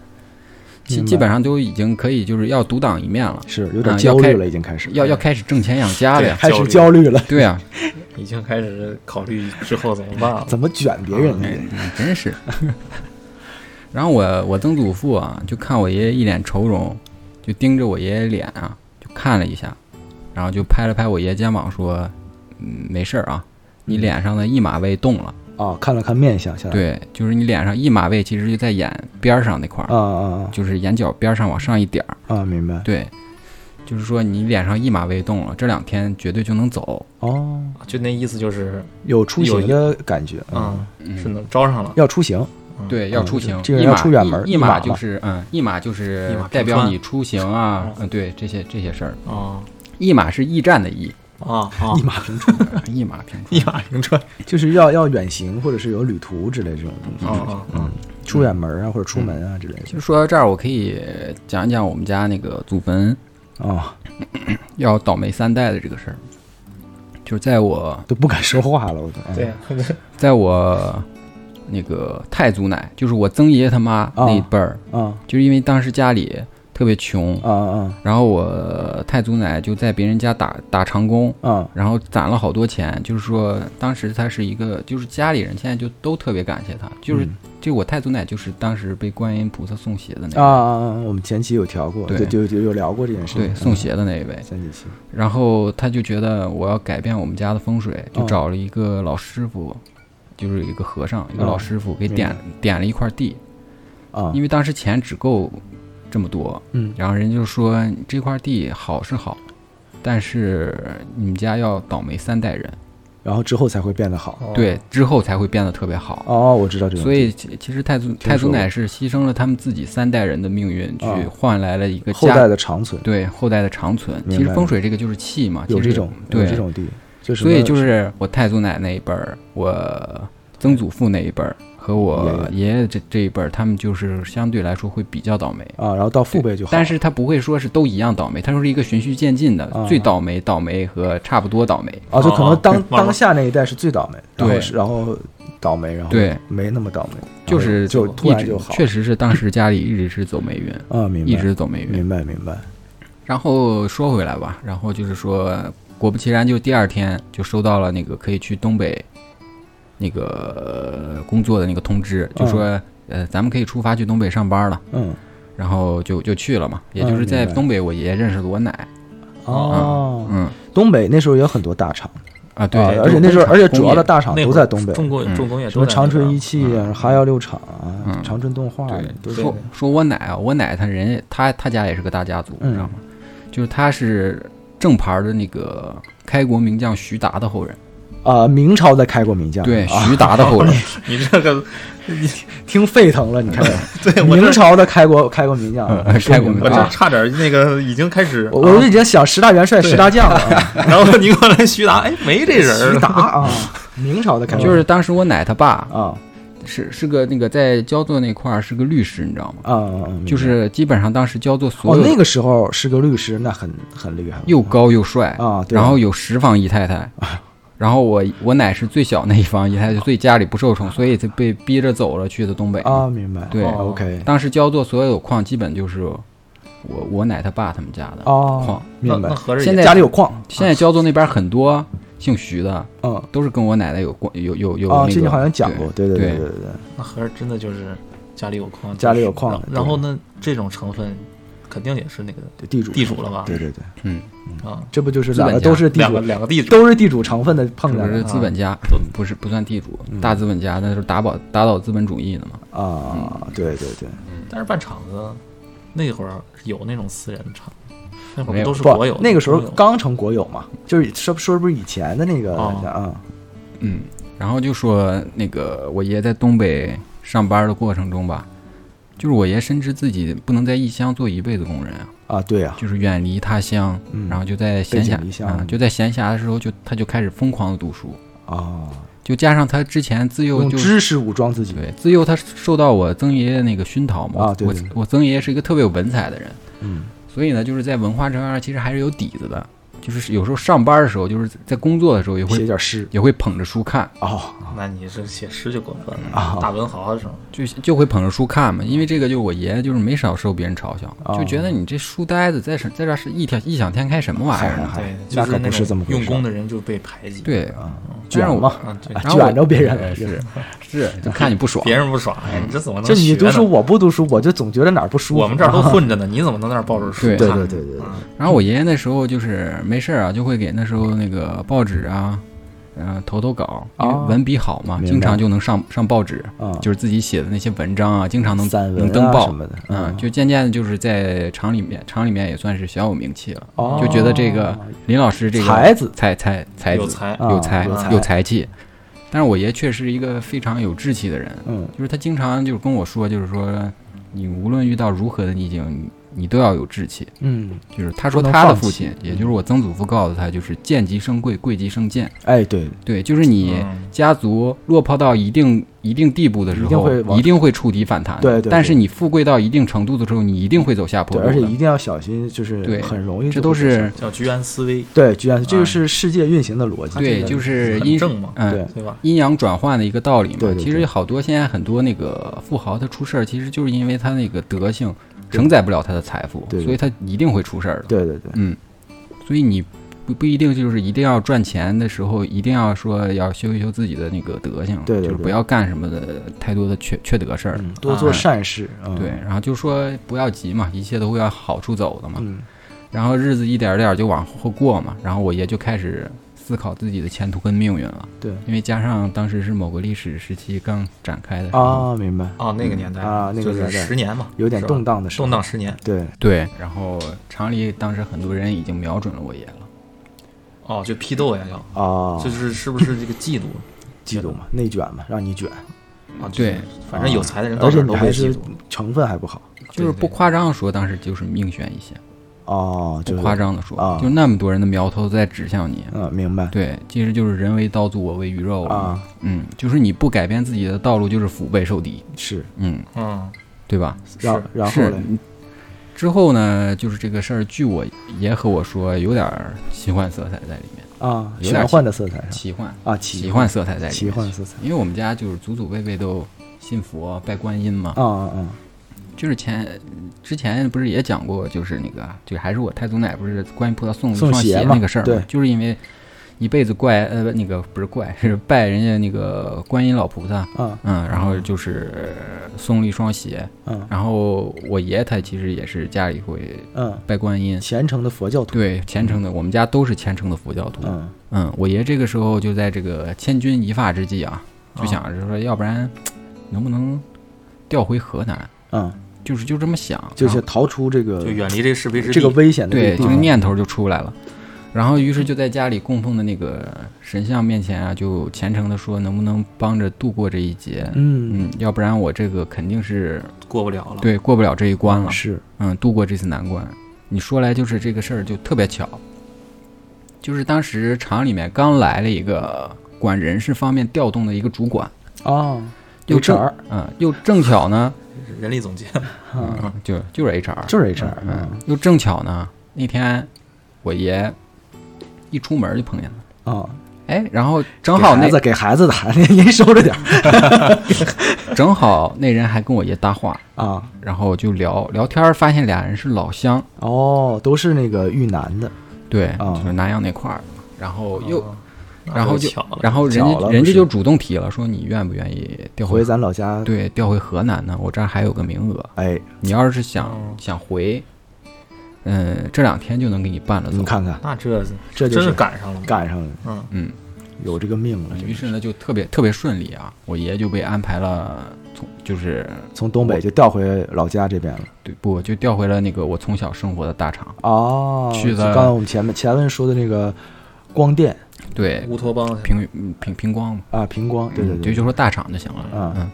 基
明白
基本上都已经可以就是要独当一面了，
是有点
嗯
焦
要开
虑了，已经开始
要要开始挣钱养家了呀。
开
焦
始
虑
焦虑了，
对啊，
已经开始考虑之后怎么办了。
怎么卷别人
哎
呢？
真是。 然后我我曾祖父啊，就看我爷爷一脸愁容，就盯着我爷爷脸啊，就看了一下，然后就拍了拍我爷爷肩膀说：“嗯，没事儿啊，你脸上的一马位动了。”
啊，看了看面相，下来，
对，就是你脸上一马位，其实就在眼边儿上那块儿，
啊啊
就是眼角边儿上往上一点儿。
啊啊，明白，
对，就是说你脸上一马位动了，这两天绝对就能走。
哦，
就那意思就是，
有出
有
行的感觉，
嗯，
嗯
是能招上了。
要出行，
对，要
嗯
出
这
行，
这个
一
要
马
出远门儿
一
一
马
马
就
嘛
是嗯，一马就
一
是
马
代
平
表
川
你出行啊
嗯，
嗯，对这些这些事儿。
嗯
啊
一马是驿站的驿，
啊啊！
一马平川，
一马平川。
一马平川。
就是要要远行或者是有旅途之类这种东
嗯
西，
啊啊啊！
出远门啊或者出门啊之类
其实
的，
说到这儿，我可以讲一讲我们家那个祖坟
啊，
要倒霉三代的这个事儿。就是在我
都不敢说话了，我都，嗯
对，呀，
在我那个太祖奶，就是我曾爷爷他妈那一辈儿，
啊
就是因为当时家里特别穷，
啊啊
然后我太祖奶就在别人家打打长工，
啊，
然后攒了好多钱。就是说，当时他是一个，就是家里人现在就都特别感谢他，就是、
嗯
就我太祖奶就是当时被观音菩萨送鞋的那
啊
个，
啊啊！我们前期有调过，
对
对，就就有聊过这件事情，
对，送
嗯
鞋的那一位。
三几期，
然后他就觉得我要改变我们家的风水，就
哦
找了一个老师傅，就是一个和尚，一个
哦
老师傅给
明
点
白
点了一块地，
啊
因，为当时钱只够这么多，
嗯
然后人就说你这块地好是好，但是你们家要倒霉三代人，
然后之后才会变得好。
哦
对，之后才会变得特别好。
哦，我知道这个问
所
题，
以其其实太祖太祖
说
乃是牺牲了他们自己三代人的命运，去
啊
换来了一个
后
家
代的长存
对后代的长存。
明
其实
白
风水这个就是气嘛，
有
其
这
实
种有
对
这种地，就什
所以
么
就是我太祖奶那一辈儿，我曾祖父那一辈儿和我爷爷这这一辈儿，他们就是相对来说会比较倒霉。
啊，然后到父辈就好，
但是他不会说是都一样倒霉，他说是一个循序渐进的，
啊
最倒霉、倒霉和差不多倒霉。
啊，就可能
哦
当
对慢慢
当下那一代是最倒霉，然后
对
是然后倒霉，然后
对，
没那么倒霉，
就
然后
是
就
一
突然
直
就好
确实是当时家里一直是走霉运，
啊，明白，
一直走霉运。
明白明白，
然后说回来吧，然后就是说，果不其然，就第二天就收到了那个可以去东北那个呃工作的那个通知，就说、
啊
呃，咱们可以出发去东北上班了。
嗯，
然后就就去了嘛，也就
嗯
是在
明白
东北，我爷爷认识了我奶。
哦，
嗯
东北那时候也有很多大厂，
啊，对，
啊
都
而且
是
那时候
工
而且
工
主要
业
的大厂
那
啊都
会儿
在东北，
重工
嗯
重工业
什么
都在那
长春
边
一汽啊、哈药六厂啊、
嗯
长春动画啊
对，
都是
说说我奶啊，我奶她人也她她家也是个大家族，
嗯
你知道吗？就是她是正牌的那个开国名将徐达的后人，
啊，明朝的开国名将，
对，
啊
徐达的后人，
你这个
啊
听沸腾了，你看，
对我
明
这
朝的开国开国名将啊，
嗯
说
开国
明
名
白
我这
将
了。
差点那个已经开始，
我我已经想十大元帅、十大将了啊，
然后你过来徐达，哎，没这人儿
徐达啊，明朝的 开国
就是当时我奶她爸
啊
是是个那个在焦作那块儿是个律师，你知道吗？
啊啊，啊
就是基本上当时焦作所
哦，那
有
个时候是个律师，那很很厉害了，
又高又帅，
啊，对
然后有十房姨太太，然后我我奶是最小那一房姨太太，所以家里不受宠，所以她被逼着走了去的东北。
啊，明白，
对
哦，OK，
当时焦作所有矿基本就是我我奶他爸他们家的
哦
矿。，
那
明白
那，合着也
现在
家里有矿，
现在焦作那边很多姓徐的
嗯，
都是跟我奶奶有关有有有
啊，
那
这
个，
好像讲过，对对
对
对对对，
那合着真的就是家里有矿，
家里有矿
然后
对
然后呢，这种成分肯定也是那个
对地主
地主了吧？
对对对，
嗯，
啊，
这不就是
资本
两个
家
都是地
两个
主，
两个地主，
都是地主成分的碰
是
见
不是
了
资本家？不是不算地主，
嗯
大资本家那就是打倒打倒资本主义的嘛。
啊，对对对，
但是办厂子那会儿有那种私人的厂，那会儿
没有
不都是
不
国有的？
那个时候
国有的
刚成国有嘛，就是说说是不是以前的那个
哦
啊，
嗯，然后就说那个我爷在东北上班的过程中吧，就是我爷深知自己不能在异乡做一辈子工人啊，
啊，对啊，
就是远离他乡，
嗯
然后就在闲
背井离
暇
乡
啊、就在闲暇的时候就他就开始疯狂的读书，
啊，
就加上他之前自幼
用
就
知识武装自己，
对自幼他受到我曾爷爷那个熏陶嘛，
啊对
我
对对
我曾爷爷是一个特别有文采的人，
嗯，
所以呢就是在文化这方面其实还是有底子的，就是有时候上班的时候就是在工作的时候也
写
会
点诗
也会捧着书看。
哦，
那你这写诗就过分
啊
了，大文豪的时候，
就就会捧着书看嘛，因为这个就我爷爷就是没少受别人嘲笑，
哦
就觉得你这书呆子在什在这儿是异天异想天开什么玩意儿 呢？
嗨
对，
哎那
就是
可不是这么
种
回事
用功的人就被排挤，
对，
啊，
嗯但是
卷
我
嘛，
啊，对，
然后我
卷着别人
哎是是，就看你不爽。
别人不爽，哎，你这怎么能
就你
学
读
呢
书我不读书，我就总觉得哪儿不舒服，啊
我们这儿都混着呢，你怎么能在那儿抱着书
对
看？
对对对对对
啊
然后我爷爷那时候就是没事儿啊，就会给那时候那个报纸啊，嗯、投投稿，因为
哦
文笔好嘛，
明白
经常就能上上报纸，
嗯
啊，
就是自己写的那些文章啊，经常能
散文
能登
啊
报
什么的，
嗯，就渐渐的就是在厂里面，厂里面也算是小有名气了，
哦
就觉得这个林老师这个
才子
才才才
有
子
才
啊
有才
有
才
有才气。但是我爷确实是一个非常有志气的人，
嗯
就是他经常就是跟我说，就是说你无论遇到如何的逆境，你都要有志气。
嗯，
就是他说
不能
他的
放
父
弃
亲，也就是我曾祖父告诉他，就是见级生贵，贵级生贱。
哎对，
对，就是你
嗯
家族落魄到一定一定地步的时
一定
候
会，往
一定会触底反弹的。
对对对
但是你富贵到一定程度的时候，你一定会走下坡
对，
路的。
而且一定要小心，就是
对
很容易就
这都
会被
是啊
叫居安思危，
对，居然这
哎
个是世界运行的逻辑，
对，
这个
就是
很
阴
正嘛
嗯
对，
对吧？
阴阳转换的一个道理嘛。
对对对
其实好多现在很多那个富豪，他出事儿，其实就是因为他那个德性承载不了他的财富，
对对
所以他一定会出事儿的。
对对对，
嗯，所以你不不一定就是一定要赚钱的时候，一定要说要修一修自己的那个德性，
对对
就是
对
不要干什么的太多的缺缺德事儿。
嗯，多做
哎
善事，嗯
对，，然后就说不要急嘛，一切都会往好处走的嘛。
嗯
然后日子一点儿点儿就往后过嘛，然后我爷就开始思考自己的前途跟命运了。
对
因为加上当时是某个历史时期刚展开的时候，
啊，明白，
啊，那个年代
啊那个
就是
年代
十年嘛，
有点
是吧
动荡的时候
动荡十年
对，
对，然后厂里当时很多人已经瞄准了我爷了，
哦，就批斗呀，要、
啊，
就是是不是这个嫉妒
嫉妒嘛，内卷嘛，让你卷，
啊？
对，
反正有才的人到
而
哪
且
儿
你
都
还
会嫉
是
妒。
成分还不好
就
对
是不夸张地说，当时就是命悬一线，
哦，就
不
是
夸张的说，
啊
就那么多人的苗头在指向你。
嗯，明白
对，其实就是人为刀俎，我为鱼肉。
啊，
嗯，就是你不改变自己的道路，就是腹背受敌。
是，
嗯，
嗯，
对吧？
然
是
然后
是啊嗯
嘞，。
之后呢，就是这个事儿，据我爷和我说，有点儿奇幻色彩在里面，
啊，
有点
玄幻的色彩上
奇幻，
啊，
奇
奇
幻色彩在里面。
奇幻色彩
因为我们家就是祖祖辈辈都信佛拜观音嘛，
啊啊啊，
就是前之前不是也讲过，就是那个就还是我太祖奶不是观音菩萨送
送
一双
鞋
鞋
嘛
那个事儿嘛，
对
就是因为一辈子怪呃那个不是怪是拜人家那个观音老菩萨，
啊
嗯，然后就是送了一双鞋，
嗯
然后我爷他其实也是家里会
嗯，
拜观音，
虔诚的佛教徒，
对虔诚的，我们家都是虔诚的佛教徒，
嗯
嗯，我爷这个时候就在这个千钧一发之际啊，就想着说，要不然能不能调回河南？
嗯，
就是就这么想，
就是
然后
逃出这个
就远离这是非之地。
这个危险的这
对，
个
这
地
个
方
念头就出来了。然后，于是就在家里供奉的那个神像面前啊，就虔诚的说，能不能帮着度过这一劫？
嗯
嗯，要不然我这个肯定是
过不了了。
对过不了这一关了。
是
嗯，度过这次难关。你说来就是这个事儿就特别巧，就是当时厂里面刚来了一个管人事方面调动的一个主管，
哦
又正
，HR
嗯，又正巧呢，
人力总监，
啊，
嗯，就就是 HR，
就是 HR，
嗯，又正巧呢，那天我爷一出门就碰见他，
啊，
哎，然后正好
给
那
孩子给孩子的， 您您收着点儿
正好那人还跟我爷搭话，
啊。
然后就聊聊天儿，发现俩人是老乡，
哦，都是那个遇难的，
对，
哦
就是南阳那块儿的嘛，然后又
哦
然后
那
就
巧了，
然后人
哦巧了
家
不
人家
是
就主动提了，说你愿不愿意调
回
回
咱老家，
对调回河南呢？我这儿还有个名额，
哎，
你要是想、
哦
想回，嗯，这两天就能给你办了。
你，看看，
那这
这就
真
是
是赶上了。
赶上了，
嗯，
嗯，
有这个命了。
于是呢就特别特别顺利啊，我爷就被安排了从就是
从东北就调回老家这边了。
对不就调回了那个我从小生活的大厂，
哦，
去
就
的
刚才我们前面前文说的那个光电
对，
乌托邦
平嗯平平光嘛，
啊，平光，对对
嗯
对，
就就说大厂就行了。
啊
嗯，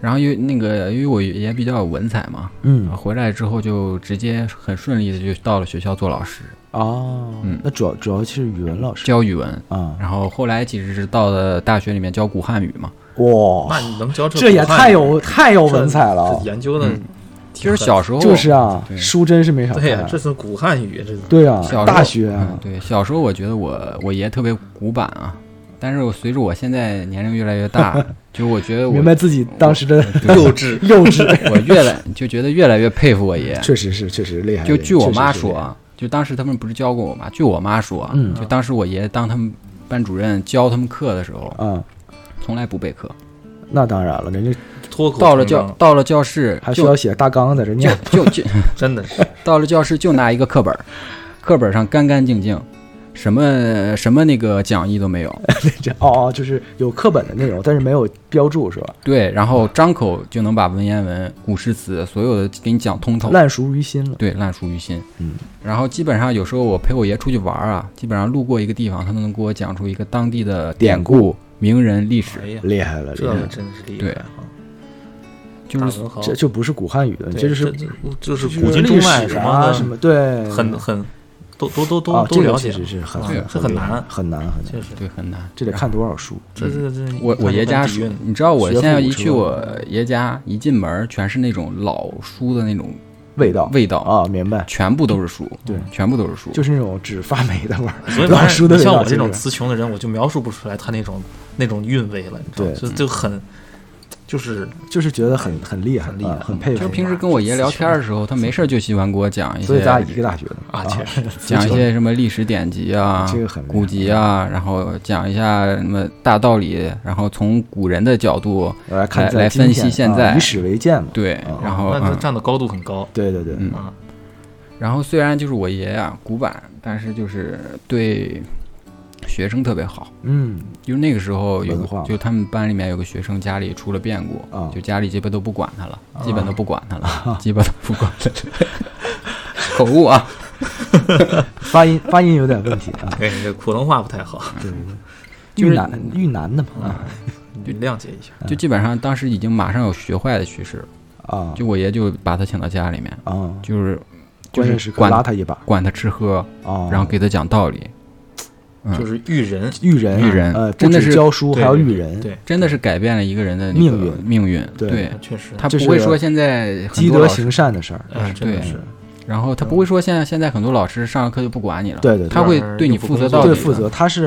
然后因为那个因为我爷比较有文采嘛，
嗯，
回来之后就直接很顺利的就到了学校做老师。
哦
嗯，
那主要主要是语文老师
教语文，
啊，
然后后来其实是到了大学里面教古汉语嘛，
哇，
那你能教
这也太有太有文采了
这
啊，
研究的
嗯
挺
就
狠，
是小时候
就是啊，
对
书真是没少
对呀，
看
这，是古汉语，这
对啊
小时候，
大学
嗯
啊，
对小时候我觉得我我爷特别古板啊，但是我随着我现在年龄越来越 大，就是我觉得我
明白自己当时的
对
幼稚。
幼稚，
我越来就觉得越来越佩服我爷，
确实 是确实厉害。
就据我妈
确实是厉
说
害，
啊，就当时他们不是教过我吗？据我妈说啊，
嗯
就当时我爷当他们班主任教他们课的时候，
嗯，
从来不备课，
那当然了，人家
脱口
到了
成
教
章，
到了教室
还需要
就
写大纲在这念
就就就
真的是
到了教室就拿一个课本儿，课本上干干净净，什么什么那个讲义都 没有。
这哦哦，就是有课本的内容，但是没有标注是吧？
对，然后张口就能把文言文、古诗词所有的给你讲通透，
烂熟于心了。
对，烂熟于心。
嗯，
然后基本上有时候我陪我爷出去玩儿啊，基本上路过一个地方，他都能给我讲出一个当地的典故、名人、历史
哎。呀，
厉害了，厉
这
害
个
了！
真是厉
对
害啊！
就是
大文豪
这就不是古汉语了，
对
这就是
就是
就是
古今中
历
外
史
什么
啊
的，
什么对，
很很都都都都
啊，
都
这
了
个
解
其，实是很
啊
很
这很
厉害
难
很难很
确
难，
实，
对很难。
这得看多少书。
这这这
我我爷家
属
属，你知道我现在一
学
去
富五
我爷家，一进门儿全是那种老书的那种
味道
味道，
啊，明白，
全部都是书，嗯
对，
全部都是书，
就是那种只发霉的味儿，
所以
老
反
书
正
的味
你像
道
我
就是。
这种词穷的人，我就描述不出来他那种那种韵味了，你知道吗？
对
就就很就是
就是觉得很很厉害，
很厉害
啊很佩
就是
服。
平时跟我爷聊天的时候，他没事儿就喜欢给我讲一
所以
些，
咱俩一个大学的
啊，确实
讲一些什么历史典籍啊、
这个很厉害
古籍啊，然后讲一下什么大道理，然后从古人的角度
啊来看
来
在
来
今
分析
天
现
啊
在
以史为鉴嘛。
对
啊，
然后
那他
嗯，
站的高度很高
对对对，
嗯
啊，
然后虽然就是我爷啊古板，但是就是对学生特别好。
嗯
就是那个时候有
文化
个，就他们班里面有个学生家里出了变故，
啊
就家里基 本 都不管他了，基本都不管他了，基本都不管他了，口误啊，
发音发音有点问题啊。
对，你哎这普通话不太好，
对对对，
就
遇
是
难遇难的嘛啊
你谅解一下。
嗯
就基本上当时已经马上有学坏的趋势了，
啊
就我爷就把他请到家里面，
啊，
就是就
关键
是
时刻
管
拉他一把
管他吃喝，
啊，
然后给他讲道理，嗯
就是育人，
育人
育人
呃，不
真的
止
是
教书，
对
还要
对
育人，
对，
真的是改变了一个人的那个
命运
命运。
对
对
确实，
他
这
不会
是
说现在很
积
多
德
老师，
行善的事儿。
哎，真的
对
是，
然后他不会说现在现在很多老师上了课就不管你了，
对对对
他会对你负责到底
对
的，
负责，他是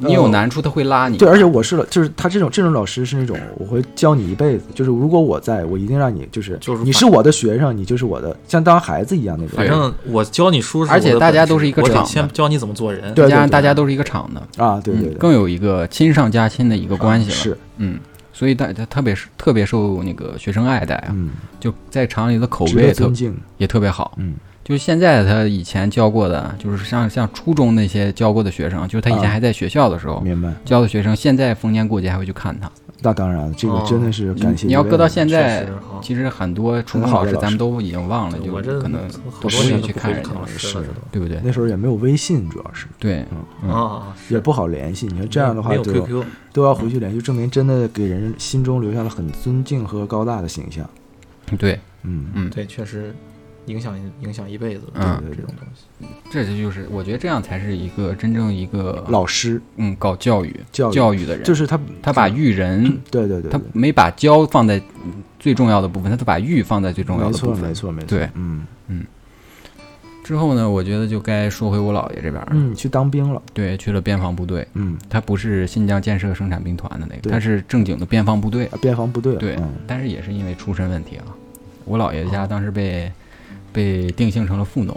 呃
你有难处他会拉你，
对，而且我是老就是他这种这种老师是那种我会教你一辈子，就是如果我在我一定让你就是
就是
你
反
是我的学生，你就是我的像当孩子一样那种。
反正我教你书是我的
而
本事，
且大家都是一个
我得
厂
先
的
教你怎么做人。
对对
加上
对
大家都是一个厂的，
啊，对对
嗯，
对，
更有一个亲上加亲的一个关系了，
是，
嗯，所以大家特别是特别受那个学生爱戴啊，
嗯，
就在厂里的口
值
碑
得
也特
尊敬，
也特别好，
嗯，
就是现在他以前教过的，就是像像初中那些教过的学生，就是他以前
啊
还在学校的时候。
明白。
教的学生现在逢年过节还会去看他。
那当然，这个
哦
真的是感谢一位。
你要搁到现
确
在
实啊，
其实很多初中
很好
老
的
师
老师
咱们都已经忘了，就
我这
可能
好
都
多
不
年
会
都
去
不
看
会去
人家
看，老师了，
是
这
对不对？
那时候也没有微信，主要是
对，
都
嗯
啊，
也不好联系。你说这样的话
没有
就，都
QQ，
要回去联系，就证明真的给人心中留下了很尊敬和高大的形象。
对，
嗯，
嗯，
对，确实影响影响一辈子，
嗯
这种东西。
这就就是我觉得这样才是一个真正一个
老师
嗯搞教育
教育
教育的人，
就是他，
他把育人，
嗯对对对，
他
对
没把教放在最重要的部分，他都把育放在最重要
没
的部
错
分
没。错没错，
对，
嗯
之后呢，我觉得就该说回我姥爷这边了。
嗯，去当兵了，
对，去了边防部队，
嗯，
他不是新疆建设生产兵团的那个，
对
他是正经的边防部队。
啊边防部队了，
对
嗯，
但是也是因为出身问题啊，我姥爷家当时被被定性成了富农，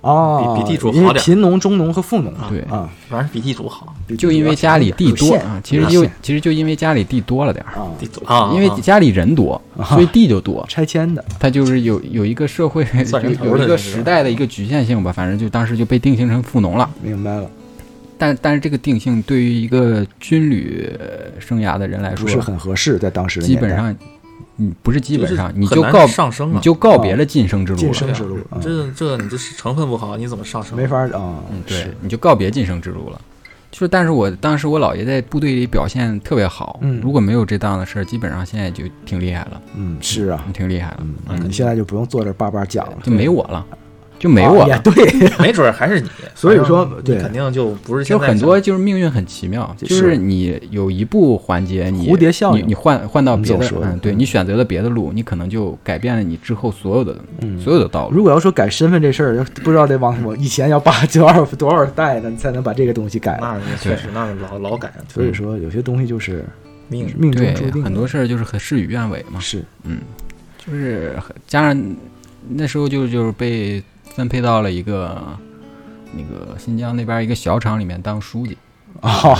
哦，
比比地主好
因为
点儿
贫农、中农和富农
啊
对，
啊，
反正比地主好，
比
就因为家里地多啊，其实
有
就
限
其实就因为家里地多了点儿，
啊
地主啊，
因为
啊
家里人多，所以地就多，
拆迁的，
他就是有有一个 社会
算
有
人头的
有一个
那个
时代的一个局限性吧，反正就当时就被定性成富农了。
明白了，
但但是这个定性对于一个军旅呃生涯的人来
不是
说，
很合适，在当时的
基
年代
本上，你不是基本上，你
很
就
难
告
上升
你
啊，
就告别了晋升之路
晋
了
升，
对啊
之路啊
这这你这是成分不好，你怎么上升？
没法儿啊，
嗯，对
是，
你就告别晋升之路了。就是，但是我当时我姥爷在部队里表现特别好，
嗯
如果没有这档子事儿，基本上现在就挺厉害了，
嗯，是啊，
挺厉害了，
嗯，
嗯
你现在就不用坐这儿叭叭讲了，
就没我了，就没我
啊嗯也
了。
对，
没准儿还是你。
所以说
反正
对
你肯定就不是
就
现在
很多
想
就是命运很奇妙，
是
就是你有一步环节，你
蝴蝶效应
你你换换到别
你总，
的
说
嗯，对
嗯
你选择了别的路，你可能就改变了你之后所有的
嗯
所有的道路。
如果要说改身份这事儿，要不知道得往我以前要扒多少多少代呢，才能把这个东西改了。
那是确实那是老老改
所以说，有些东西就是
命运。
命中
对
注定的，
很多事儿就是很事与愿违嘛，
是
嗯，就是很加上那时候就就是被分配到了一个那个新疆那边一个小厂里面当书记，
啊，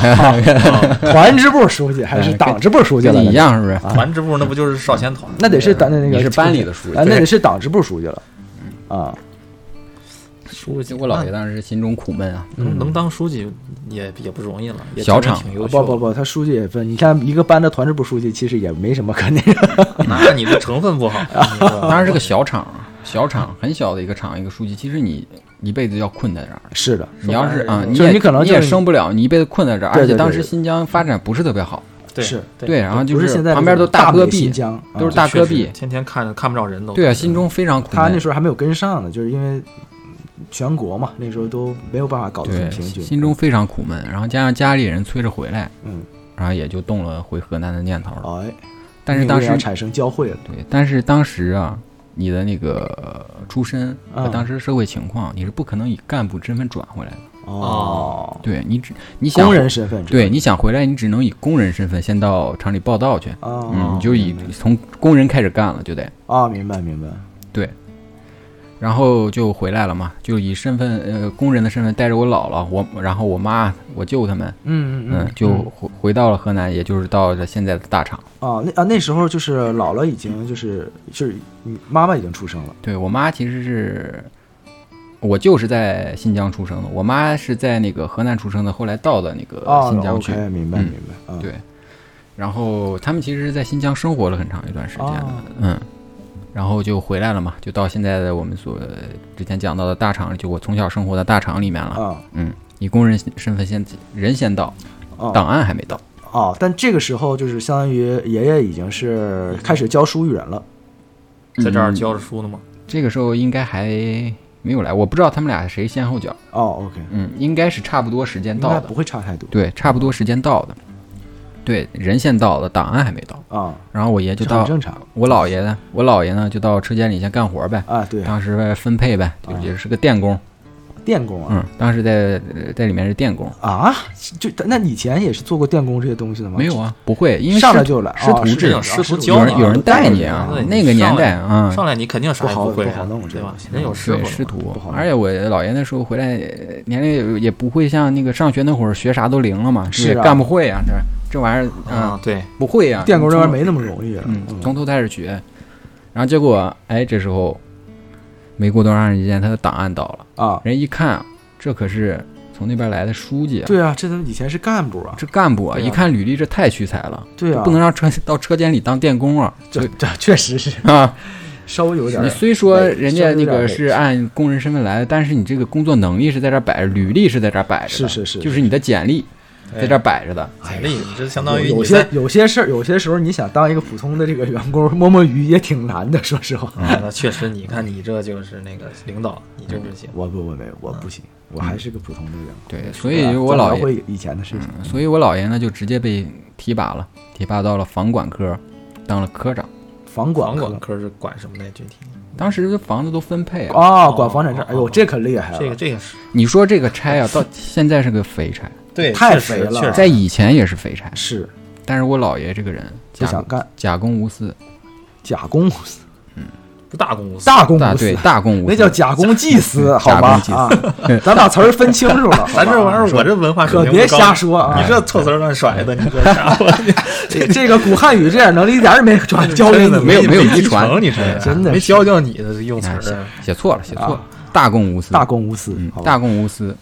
团支部书记还是党支部书记
跟
了
你一？样是不是？
团支部那不就是少先团？
那得是党那个
你是班里的书记
啊，那得是党支部书记了啊。
书记，
我姥爷当时心中苦闷啊，
嗯
那能能当书记也也不容易了，也
小
真的
厂
挺
不
优秀。
啊不，不，他书记也分，你看一个班的团支部书记，其实也没什么可那个。
那你的成分 不好。你
啊
说
当然是个小厂，小厂很小的一个厂，一个书记，其实你一辈子要困在这儿。
是的，
你要是
说白
啊
了，
你
就是
也
你可能
你
就
也
是
升不了，你一辈子困在这儿。
对
而且
对
当
对
时
对
新疆发展不是特别好，
对
是
对，然后就
不是现在
旁边
这
都
种大
戈
美新
壁，
疆
都
啊
是大戈
确
壁
实，天天看着看不着人都。
对啊，心中非常苦闷。
他那时候还没有跟上呢，就是因为全国嘛，那时候都没有办法搞得很
对，
平均。
心中非常苦闷，然后加上家里人催着回来，
嗯，
然后也就动了回河南的念头了。
哎，
但是当
命运要
时，
产生交汇了，
对，但是当时啊，你的那个呃出身和
嗯
当时社会情况，你是不可能以干部身份转回来的。
哦，
对你只你想
工人身份制
对你想回来，你只能以工人身份先到厂里报道去。
哦
嗯，你就以从工人开始干了，就得
哦，明白明白，
对。然后就回来了嘛，就以身份呃工人的身份带着我姥姥，我然后我妈、我舅他们，
嗯
嗯，就回回到了河南，也就是到了现在的大厂。
哦，那啊那时候就是姥姥已经就是就是你妈妈已经出生了，
对我妈其实是，我舅是在新疆出生的，我妈是在那个河南出生的，后来到的那个
哦
新疆去。
，OK，明白
嗯
明白，啊，
对，然后他们其实是在新疆生活了很长一段时间的，
哦
嗯，然后就回来了嘛，就到现在的我们所之前讲到的大厂，就我从小生活的大厂里面了。
啊
嗯，以工人身份先人先到，
啊
档案还没到。
啊！但这个时候就是相当于爷爷已经是开始教书育人了
在这儿
嗯
教着书呢嘛。
这个时候应该还没有来，我不知道他们俩谁先后脚。
哦，OK，
嗯，应该是差不多时间
应
到
该
的
不。会差太多
对，差不多时间到的。对，人先到的，档案还没到。
啊，
然后我爷就
这很
到
正常
我姥爷呢，我姥爷呢就到车间里先干活呗，
啊。对，
当时分配呗，就也是个电工。
电工啊
嗯，当时在呃在里面是电工。
啊，就那你以前也是做过电工这些东西的吗？
没有啊，不会，因为
上来
师
就来，
师徒
哦
制
是这样
师徒
啊
教
有
你
人
啊
有人带你啊
都带，你
那个年代
上
啊，
上来你肯定啥也会
不好
啊，
弄这
对吧
东西？
人有师
对
傅
师
了嘛，
徒
不好，弄
而且我姥爷那时候回来呃年龄也也不会像那个上学那会儿学啥都灵了嘛，
是啊嗯
也干不会啊，这这玩意儿啊
啊，对，
不会啊，
电工这玩意儿
没。
没那么容易啊了。
嗯，从头开始学，然后结果哎，这时候没过多长时间，他的档案到了，
啊，
人一看，这可是从那边来的书记啊，
对啊，这他们以前是干部啊，
这干部啊，
对啊
一看履历，这太屈才了，
对啊，
不能让车 到车间里当电工啊，
这这确实是
啊，
稍微有点
你
儿
虽说人
稍微
家
有
那
点
个
累
是按工人身份来的，但是你这个工作能力是在这儿摆着，履历是在这儿摆着
是
的，
是哎是
就是你的简历在这儿摆着的，
简历，哎你这相当于
有有
你
些
在
有些事儿，有些时候你想当一个普通的这个员工摸摸鱼也挺难的，说实
嗯
话。
啊那确实，你看你这就是那个领导，你
嗯
就不 行。
我不我没我不行，我还是个普通的员工。嗯
对，
所
所以我姥
嗯
爷
回以前的事情，
所以我姥爷呢就直接被提拔了，提拔到了房管科，当了科长。
房管
房
科
管科是管什么的？具体
当时这房子都分配啊，
哦，管房产证，哎呦，这可厉害
这个
了，
这个是
你说这个差啊，到现在是个肥差，
对，
太
确实
肥了
确实
在以前也是肥差，
是
但是我姥爷这个人
不
假
想干
假公无私，
假公无私，
不大公司，
大公
大
无
对
私，
大 公无私，
那叫假公济 私，好
假公
吧
济？私
啊，咱把词儿分清楚 了，
咱这玩意
儿
儿，我这文化水
可
平
别
不高
瞎说啊
你！这凑词儿乱甩的，你这 家伙
这这个古汉语这点能力一点儿也没传教给
真
你
的，
没有没有遗
遗
传
传，你这
真的
没
是
教教你的用
你
词
看写
儿。
写错了，写错了
啊，
大公无私，
大公无私
嗯，
好吧
大公无私。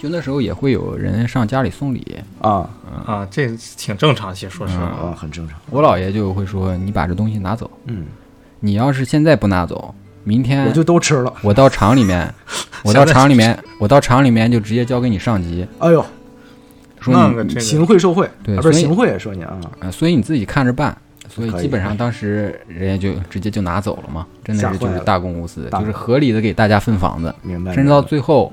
就那时候也会有人上家里送礼，
啊
啊，这挺正常，其实说实
嗯
话，
啊，很正常，
我姥爷就会说：“你把这东西拿走，
嗯，
你要是现在不拿走，明天
我就都吃了，
我到厂里 面，我到厂里面， 我到厂里面就直接交给你上级，
哎呦，
说
那
你
个这
行
个
贿受贿，
对
啊不是
所以
行贿，说你啊，
啊，所以你自己看着办。所以
可以哎
基本上当时人家就直接就拿走了嘛，真的
吓
是
坏
就是
了哎
大公无私，
大
就是合理的给大家分房子，
明白，
甚至到最后，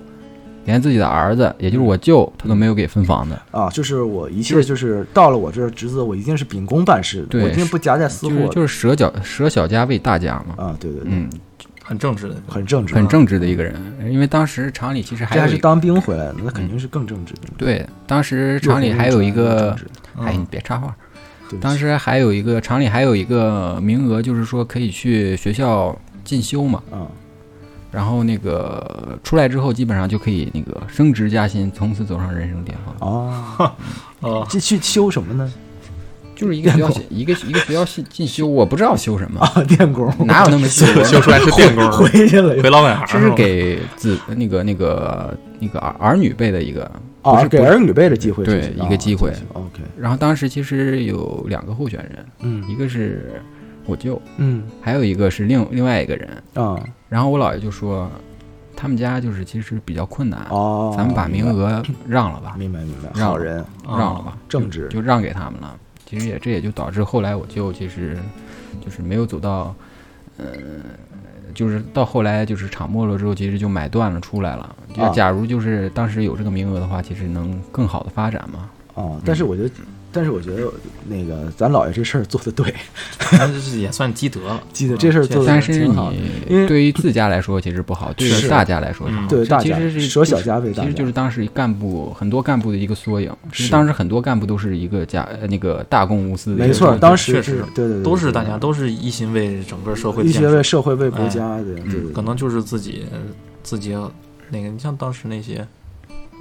连自己的儿子，也就是我舅，他都没有给分房子，
啊，就是我一切就是到了我这儿侄子，我一定是秉公办事的，
对
我一定不夹带私
就是
货的
就是舍小舍小家为大家嘛，
啊，对对对，
嗯，
很正直的，
很正直，
很，正直的一个人，因为当时厂里其实还
这
有
还是
一个
当兵回来的，那肯定是更正直的，
嗯对，当时
越
厂里
红
还有一
越正
个
直，
哎，你
嗯，
别插话，
对不
当
起
时还有一个厂里还有一个名额，就是说可以去学校进修嘛，
啊
然后那个出来之后基本上就可以那个升职加薪，从此走上人生巅峰。
哦，
哦，
这去修什么呢？
就是一个学校一个一个学校进进修，我不知道修什么，
啊，电工，
哪有那么细？
修出来是电工，
回去了又
回老本行
这
是
是
吗
给子那个那个那个儿儿女辈的一个，不
啊，
是
给
不是
儿女辈的机会
对
是吧，
一个机会
啊对，OK，
然后当时其实有两个候选人，一
嗯
个是我舅，
嗯
还有一个是另另外一个人。
啊
然后我姥爷就说，他们家就是其实比较困难，
哦，
咱们把名额 让了吧，
明白明白，
让
好人
让了吧，
正直
就让给他们了。其实也这也就导致后来我舅其实就是没有走到，呃，就是到后来就是厂没落之后，其实就买断了出来了。就
啊
是假如就是当时有这个名额的话，其实能更好的发展嘛。
啊，但是我觉得，但是我觉得那个咱姥爷这事儿做的对，
那就是也算积德了，
记得
嗯
这事儿做对得
哦但是
挺好的因
你
为
对于自家来说其实不好，对于
是
大家来说是好。
嗯
对
这
大
其
家
实是
舍小家为大
其实
家
就是当时干部很多干部的一个缩影。其
是
实当时很多干部都是一个家呃那个大公无私的一个
没错
状态
当时
确
是
实
对对对
都是
对
大家都是一心为整个社会
一
建
些为
设，
社会为国
哎
家的，对对
嗯，可能就是自己自己那个，你像当时那些，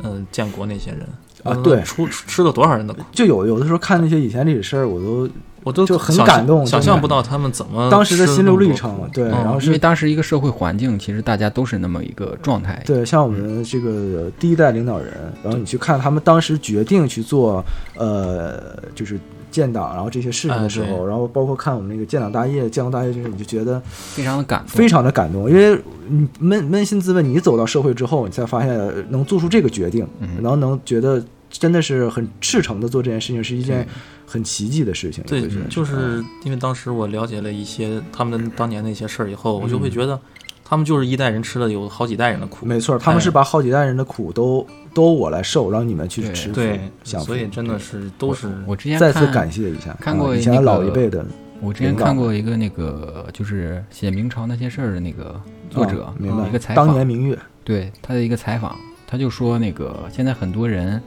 嗯，建国那些人
啊对
出出吃了多少人的苦，
就有有的时候看那些以前历史事儿，我都
我都
就很
想
感动
想
真
象
的
不到他们怎么
当时的
吃
心
那
路
么
历
多
程
苦，
对，
嗯
然后
因为
是，
当时一个社会环境，其实大家都是那么一个状
哎
态。
对，像我们这个第一代领导人，然后你去看他们当时决定去做，呃，就是建党，然后这些事情
哎
的时候，
对
然后包括看我们那个建党大业，建党大业就是你就觉得
非常的感动。
非常的感动，因为你扪扪心自问，你走到社会之后，你才发现呃能做出这个决定，
嗯
然后能觉得真的是很赤诚的做这件事情，是一件
对
很奇迹的事啊情。
对
我觉得，嗯
就是因为当时我了解了一些他们当年那些事儿以后，我
嗯
就会觉得他们就是一代人吃了有好几代人的苦。
没错，他们是
哎
把好几代人的苦都都我来受，让你们去
对
吃
对
苦，享福
所。以真的是都是
我之前
再次
看
感谢一下，
看
啊
过
以前
那个
老一辈的
我之前看过一个那个就是写明朝那些事儿的那个作者，嗯
啊明白
一个采访，
当年明月，
对他的一个采访，他就说那个现在很多人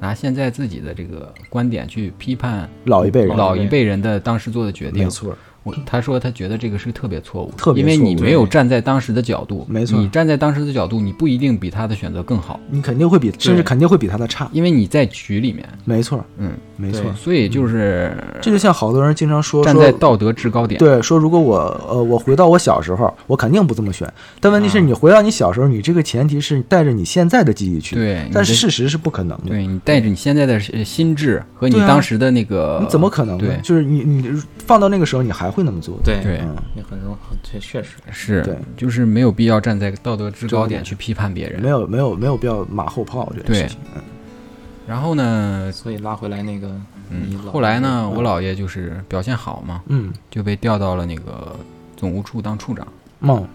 拿现在自己的这个观点去批判
老一辈人，
老一辈人的当时做的决定
没，错，
我他说他觉得这个是特别错误的，
特别
因为
错误
你没有站在当时的角度，
没错
你站在当时的角度，你不一定比他的选择更好，
你肯定会比，甚至肯定会比他的差。
因为你在局里面，
没错，
嗯，
没错
对，
所以就是
嗯这就像好多人经常说
站在
说。
道德制高点，
对，说如果我呃，我回到我小时候，我肯定不这么选。但问题
啊
是你回到你小时候，你这个前提是带着你现在的记忆去。
对你
但是
的
事实是不可能的。
对你带着你现在的呃心智和你
对啊
当时的那个，
你怎么可能呢
对？
就是你你放到那个时候，你还会那么做？
对
对
嗯，
也很容这确实
哎
是
对
就是没有必要站在道德制
制高
高
点
点去批判别
没
人。
有没有没有必要马后炮这件事情。嗯
然后呢，
所以拉回来那个你
嗯，
老
后来呢，我姥爷就是表现好嘛，
嗯，
就被调到了那个总务处当处长，
梦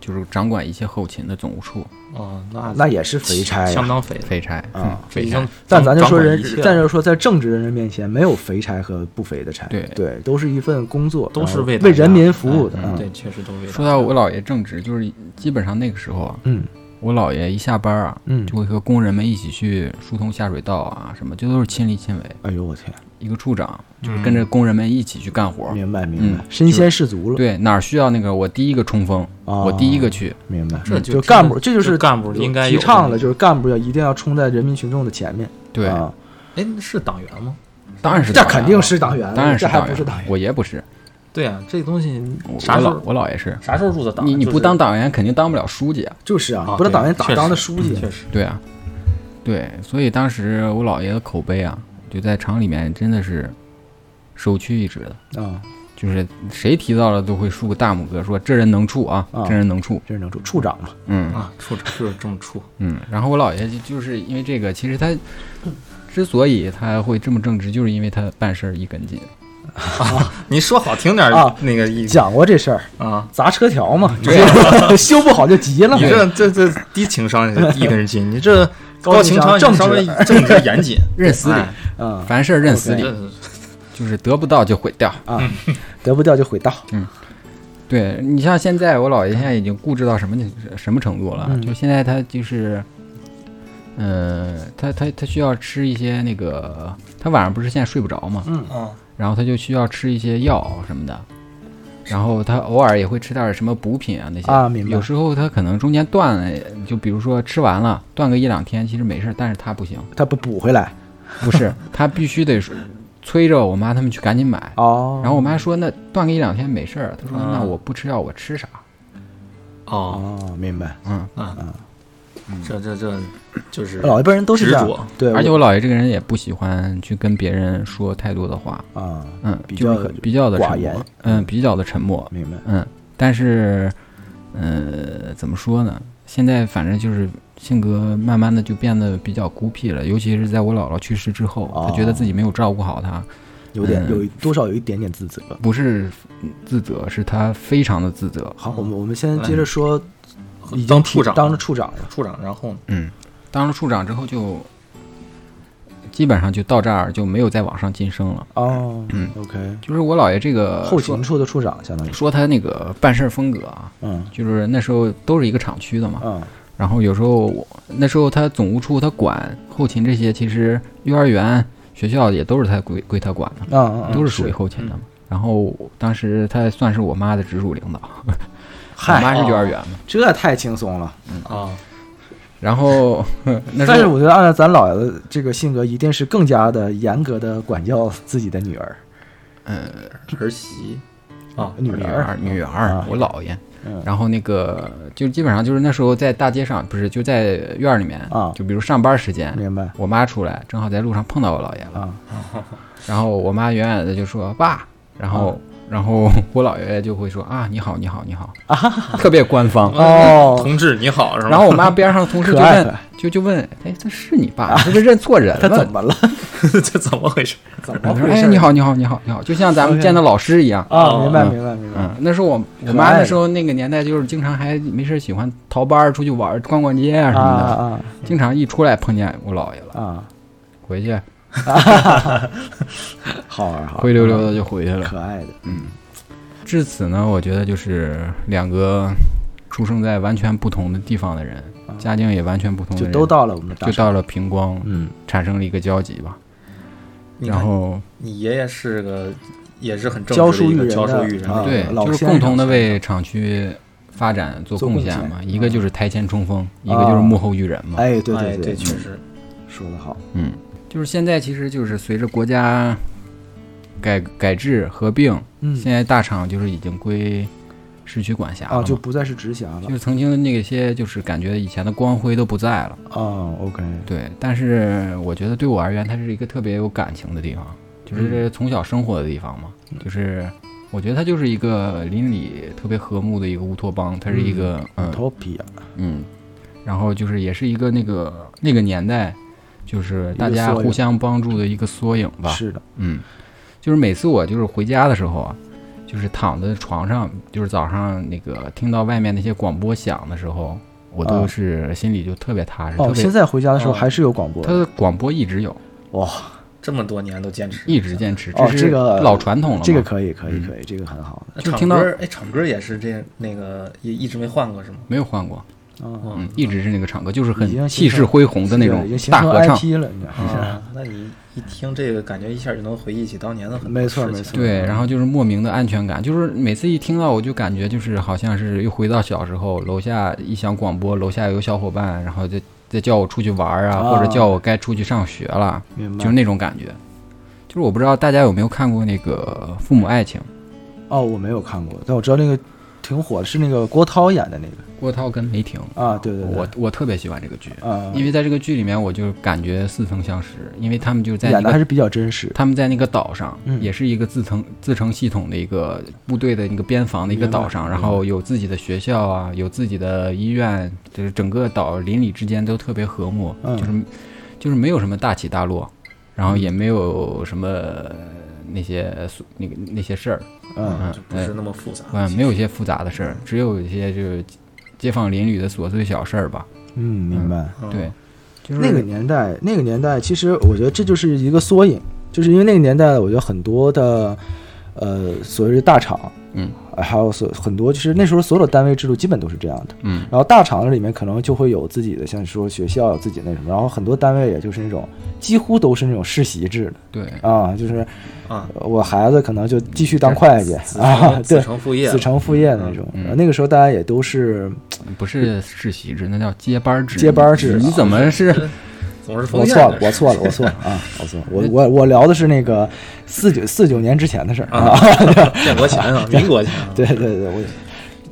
就是掌管一切后勤的总务处
哦，那
那也是肥差呀
相当肥了，
废柴
啊
嗯
这已
废
经
柴。
但咱就
掌
说
管
人
一切，了
但是说在正直的人面前，没有肥差和不肥的差，
对
都是一份工作，
都是
为
为
为
大家
人民服务的。
哎
嗯
对，确实都为
说
大家
到我姥爷正直，就是基本上那个时候啊，
嗯
我姥爷一下班啊，
嗯
就，会和工人们一起去疏通下水道啊什么，就都是亲力亲为。
哎呦我天，
一个处长
嗯
跟着工人们一起去干活儿，
明白明白
嗯，
身先士卒了。
对哪儿需要那个我第一个冲锋，
啊
我第一个去。
明白，
这
嗯
就
就
提
干部，
了
这就
这
是
干部应该
提
有的
倡
那
了，
个
就是干部要一定要冲在人民群众的前面。
对，
啊，
哎，是党员吗？
当然是
这
党员
肯定是党员，
当然
这
是
还
党
不是党
员，我爷不是，
对啊，这东西
我
啥
我
时
老
候
我姥爷是。
啥时候入的党？啊
你你
就
不
是
当党员，肯定当不了书记啊。
就是啊
啊，
不是
对
党员党
确
当的
实
书记，
确实
对啊，对，所以当时我姥爷的口碑啊，就在厂里面真的是首屈一指的，
啊，
就是谁提到了都会竖个大拇哥，说这人能处啊
啊，
这人能处。
这是能处处长嘛？
嗯
啊，处就是这么处，
嗯，然后我姥爷就就是因为这个，其实他之所以他会这么正直，就是因为他办事儿一根筋。
你说好听点儿
啊
那个意思
讲过这事儿，
啊，
砸车条嘛，
对
修不好就急了
你
嘛。
这这这低情 商也一根筋，你这高情商
正
你稍微正直严 谨，
认死理
哎
嗯，
凡事认死
这
理，
是
就是得不到就毁掉。
啊，得不掉就毁道。
对你像现在我姥爷现在已经固执到什么什么程度了？
嗯
就现在他就是，呃，他他他需要吃一些那个，他晚上不是现在睡不着嘛，
嗯
啊，
然后他就需要吃一些药什么的，然后他偶尔也会吃点什么补品啊那些。
啊明白
有时候他可能中间断了，就比如说吃完了断个一两天，其实没事儿，但是他 不行，
他不补回来
不是他必须得催着我妈他们去赶紧买。
哦
然后我妈说那断个一两天没事儿，她说
啊
那我不吃药我吃啥？
哦
哦，明白。
嗯，
啊，这这这就是
老一辈人嗯哦都是这
执
样
着，
对，
而且
我
我姥爷这个人也不喜欢去跟别人说太多的话，
啊，
嗯，
比
就是
较
很比较的
寡
沉
言
默，嗯，比较的沉默，
明白。
嗯，但是，呃，怎么说呢？现在反正就是性格慢慢的就变得比较孤僻了，尤其是在我姥姥去世之后，
哦
他觉得自己没有照顾好她，
有点
嗯
有多少有一点点自责。
不是自责，是他非常的自责，
好，我们我们先接着说，已经
当
提
处长
当着处长了，
处长，然后呢
嗯，当了处长之后就基本上就到这儿就没有再往上晋升了。
哦，OK，
就是我姥爷这个
后
说
勤处的处长相当于，
嗯呃说他那个办事儿风格啊，
嗯
就是那时候都是一个厂区的嘛，
嗯
然后有时候我那时候他总务处他管后勤这些，其实幼儿园、学校也都是他归归他管的，
嗯嗯，
都
嗯
是属于后勤的嘛。然后当时他算是我妈的直属领导，我
嗨，哦
妈是幼儿园嘛。
这太轻松了。哦
啊，
然后那
但
时
是
候
我觉得按啊照咱姥爷的这个性格，一定是更加的严格的管教自己的女儿。
嗯，
儿媳啊，
女
女
儿，
女儿
啊，
我姥爷。
嗯
然后那个就基本上就是那时候在大街上，不是就在院儿里面
啊
就比如上班时间，
明白
我妈出来，正好在路上碰到我姥爷了，
啊啊
然后我妈远远的就说爸，然后、然后我姥爷就会说啊你好你好你好，
啊
特别官 方。
哦，
同志你好是吧？
然后我妈边上同事就
可爱啊
问，就就问，哎，这是你爸？是不是认错人
他
了
怎？么了？ 哦
这怎么回事？
怎
然
么
后他说
回
哎，
事？
你好，你好，你好，你好，就像咱们
OK
见到老师一样。
啊，明白
嗯
明白明白
嗯，那时候我我
可
妈
爱
那时候那个年代，就是经常还没事儿喜欢逃班儿出去玩儿逛逛街啊什
啊
么的，
啊
经常一出来碰见我姥爷了，
啊
回去
啊，好玩好玩，
灰溜溜的就回去了。
可爱的，
至此呢，我觉得就是两个出生在完全不同的地方的人，家境也完全不同
啊
的
就
人，
都到了我们大
嗯就到了平光，
嗯
产生了一个交集吧。
你看
然后
你爷爷是个也是很
教
正直
书
的一
育
个
人
教书
的
育人，
啊
对，
老
就是
先生
共同的为厂区发展做
做
贡
贡
献
献
嘛。一个就是台前冲锋，一个
啊
就是幕后育人嘛。
哎对
哎，
对
这
对，
确实，
说的好，
嗯，就是现在其实就是随着国家改改制合并，
嗯
现在大厂就是已经归市区管辖了
啊
嘛。
就不再是直辖了
就是曾经那些，就是感觉以前的光辉都不在了。
啊，OK，
对，但是我觉得对我而言，它是一个特别有感情的地方，就是
嗯
从小生活的地方嘛。就是我觉得它就是一个邻里特别和睦的一个乌托邦，它是一个嗯
Utopia
嗯，然后就是也是一个那个那个年代，就是大
一个
家
缩影
互相帮助的一个缩影吧。
是的，
嗯，就是每次我就是回家的时候啊，就是躺在床上，就是早上那个听到外面那些广播响的时候，我都
啊
是心里就特别踏实，
哦，
特别嗯
现。在回家的时候
哦
还是有广播
它的广播一直有，
哇，
这么多年都坚持。
一直坚持，
哦
是
这个
老传统了嘛。
这个可以可以
嗯
可以，这个很好
那
就
场
听到
歌，哎，场歌也是这那个也一直没换过是吗？
没有换过，
的啊，
嗯，一直是那个唱歌，就是
已
很
经
气
形成
势恢宏的那种
对已经形
大
成
合唱。嗯
IP 了，你知道吗
啊，那你一听这个，感觉一下就能回忆起当年的很多
没
事
错
情。
没错
对，然后就是莫名的安全感，就是每次一听到我就感觉就是好像是又回到小时候，楼下一响广播，楼下有小伙伴，然后就再叫我出去玩儿啊，
啊
或者叫我该出去上学了，
明白
就是那种感觉。就是我不知道大家有没有看过那个《父母爱情》，
哦，我没有看过，但我知道那个挺火的，是那个郭涛演的那个
郭涛跟梅婷，
啊，对对对，
我我特别喜欢这个剧，
啊
因为在这个剧里面我就感觉似曾相识，因为他们就在那
演的还
个
是比较真实，
他们在那个岛上，
嗯
也是一个自成自成系统的一个部队的一个边防的一个
明白
岛上，
明白
然后有自己的学校啊，有自己的医院，就是整个岛邻里之间都特别和睦，
嗯
就是就是没有什么大起大落，然后也没有什么那些那个那些事儿，
嗯，
就不是那么复杂。
嗯，没有一些复杂的事儿，只有一些就是街坊邻里的琐碎小事儿吧。
嗯，明白。
嗯
对，就是
那个年代，那个年代，其实我觉得这就是一个缩影，就是因为那个年代，我觉得很多的，呃，所谓的大厂，
嗯
呃，还有所很多就是那时候所有的单位制度基本都是这样的。
嗯
然后大厂里面可能就会有自己的，像说学校有自己那什么，然后很多单位也就是那种几乎都是那种世袭制
对，
的啊，就是
啊，
我孩子可能就继续当会计
子
啊，
承
对
子，承父业，
子承父业那种。
嗯
然后那个时候大家也都是
不是世袭制，那叫接班儿制。
接班儿制啊
你怎 么是？
总是封
我
建
错了
的，
我错了，我错了啊，我错了，我我我聊的是那个四九四九年之前的事儿啊，
建国前啊，民国前啊，
对对对，我，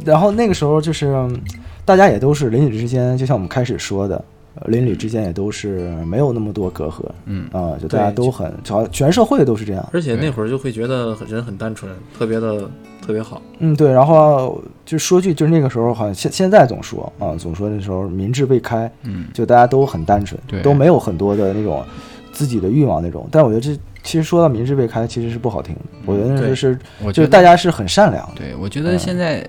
然后那个时候就是嗯大家也都是邻里之间，就像我们开始说的，呃邻里之间也都是没有那么多隔阂，
嗯
啊，就大家
对
都
就
很，好像全社会都是这样，
而且那会儿就会觉得人很单纯，特别的特别好。
嗯，对，然后就说句，就是那个时候好像现现在总说啊，总说那时候民智未开，
嗯，
就大家都很单纯，
对
都没有很多的那种自己的欲望那种。但我觉得这其实说到民智未开，其实是不好听的。我觉得那
对
是
嗯我
就是
觉得
大家是很善良的，
对，我觉得现在、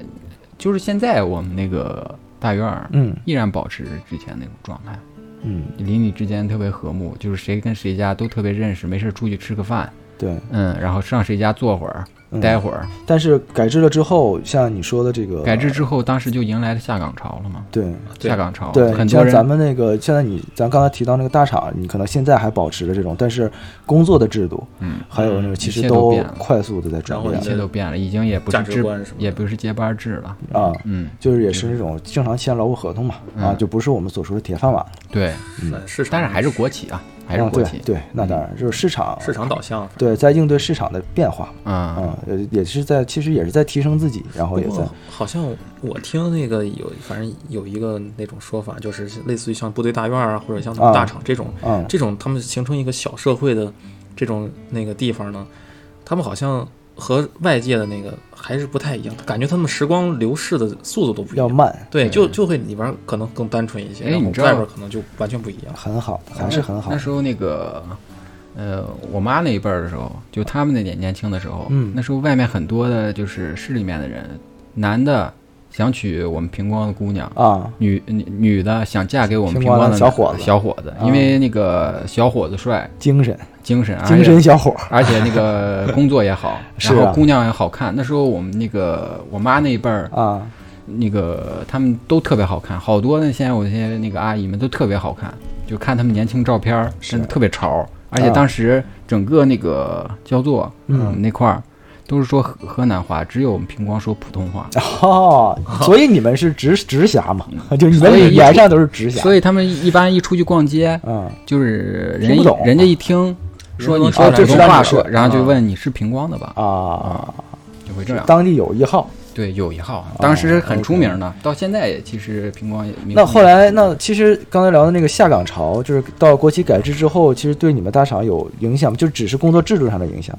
就是现在我们那个大院儿
嗯
依然保持之前那种状态，
嗯，
邻里之间特别和睦，就是谁跟谁家都特别认识，没事儿出去吃个饭，
对。
嗯，然后上谁家坐会儿，
嗯
待会儿。
但是改制了之后，像你说的这个
改制之后，当时就迎来了下岗潮了嘛，
对
对
下岗潮，
对，
很
你
多
像
人
咱们那个，现在你咱刚才提到那个大厂，你可能现在还保持着这种，但是工作的制度，
嗯，
还有那个
嗯
其
一切
实
都
都
变了
快速的在转
然后
变
一切都变了，已经也不是
价值
接
观什么的
也不是接班制了，
啊，
嗯，
就是也是那种正常签劳务合同嘛，啊，
嗯
就不是我们所说的铁饭碗了。
对，
反市场
嗯但是还是国企啊，还是
嗯
国
对
企，
对，那当然就是市场
市场导向。
对，在应对市场的变化，
啊，
嗯，呃也是在其实也是在提升自己，然后
不
也在
过好像我听那个有，反正有一个那种说法，就是类似于像部队大院啊，或者像
啊
大厂这种，
嗯
这种他们形成一个小社会的这种那个地方呢，他们好像和外界的那个还是不太一样，感觉他们时光流逝的速度都不一
要
样。
慢，
对，就就会里边可能更单纯一些，
哎
然后
你知道
外边可能就完全不一样。
很好，还是很好
啊那。时候那个，呃，我妈那一辈儿的时候，就他们那年年轻的时候，
嗯
那时候外面很多的就是市里面的人，男的想娶我们平光的姑娘。
啊，
女女女的想嫁给我们
平
平
光
光
的
的
小伙子
小伙子，
啊
因为那个小伙子帅，
精神
精神，而且
精神 小伙儿，
而且那个工作也好，
是啊
然后姑娘也好看。那时候我们那个我妈那一辈儿，
啊，
那个他们都特别好看，好多那现在我那些那个阿姨们都特别好看，就看他们年轻照片儿，
是
真的特别潮。而且
啊
当时整个那个焦作，
嗯
我们那块儿都是说河河南话，只有我们平光说普通话，
哦，所以你们是直直辖嘛，就你们
嗯所以
语言上都是啊直辖，
所以他们一般一出去逛街，
嗯，
就是
听
人
不
一
懂
人家一听说你
啊
说
这
普
知
通
道
话
你是
说，然后就
啊
问你是平光的吧，
啊，
就会这样。
当地有一号。
对，有一号，啊当时很出名的，到现在也其实平光也名。
那后来，那其实刚才聊的那个下岗潮，就是到国企改制之后，其实对你们大厂有影响吗，就只是工作制度上的影响，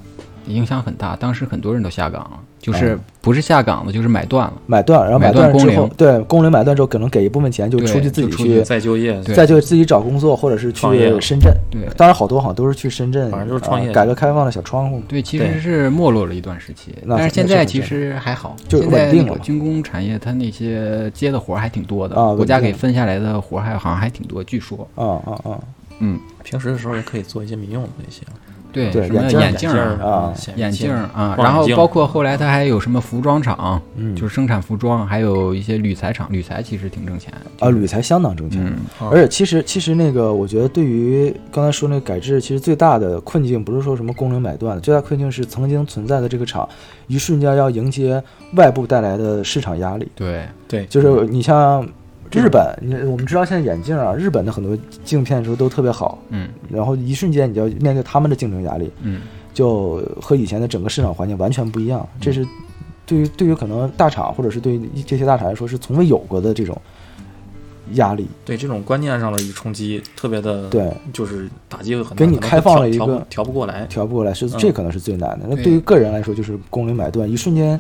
影响很大，当时很多人都下岗了，就是
嗯
不是下岗的，就是买断了。
买断，然后
买
断
断工
之后
龄，
对工龄买断之后，可能给一部分钱就
对
出去自己
就出
去
去，
再就业，
对
再就自己找工作，或者是去
创业
深圳。
对
当然好多好像都是去深圳，
反正就是创业
呃改革开放的小窗户嘛。
对，其
对
实是没落了一段时期，
那
但是现
那是
在
很
其
正
实还好，
就是
现在
稳定
那
了
个
嘛
军工产业它那些接的活儿还挺多的
啊，
国家
稳定
给分下来的活儿还好像还挺多，据说，
啊啊啊！
嗯，
平时的时候也可以做一些民用的啊一些
对，
对
什么
眼镜儿
眼镜儿
儿啊
显微
眼镜儿啊，
望
然后
远镜
包括后来它还有什么服装厂，
嗯
就是生产服装，还有一些铝材厂，铝材其实挺挣钱，
啊，铝材相当挣钱，
嗯
啊
而且其实其实那个，我觉得对于刚才说那个改制，其实最大的困境不是说什么工龄买断，最大困境是曾经存在的这个厂，一瞬间要迎接外部带来的市场压力。
对，
对，
就是你像日本，你我们知道现在眼镜啊，日本的很多镜片说都特别好，
嗯
然后一瞬间你就要面对他们的竞争压力，
嗯。
就和以前的整个市场环境完全不一样。这是对于对于可能大厂或者是对于这些大厂来说是从未有过的这种压力。
对这种观念上的一冲击，特别的，
对，
就是打击会很大，
给你
可能
开放了一
调
个
调不调不过来，
调不过来是
嗯
这可能是最难的。那
对
对于个人来说，就是工龄买断，一瞬间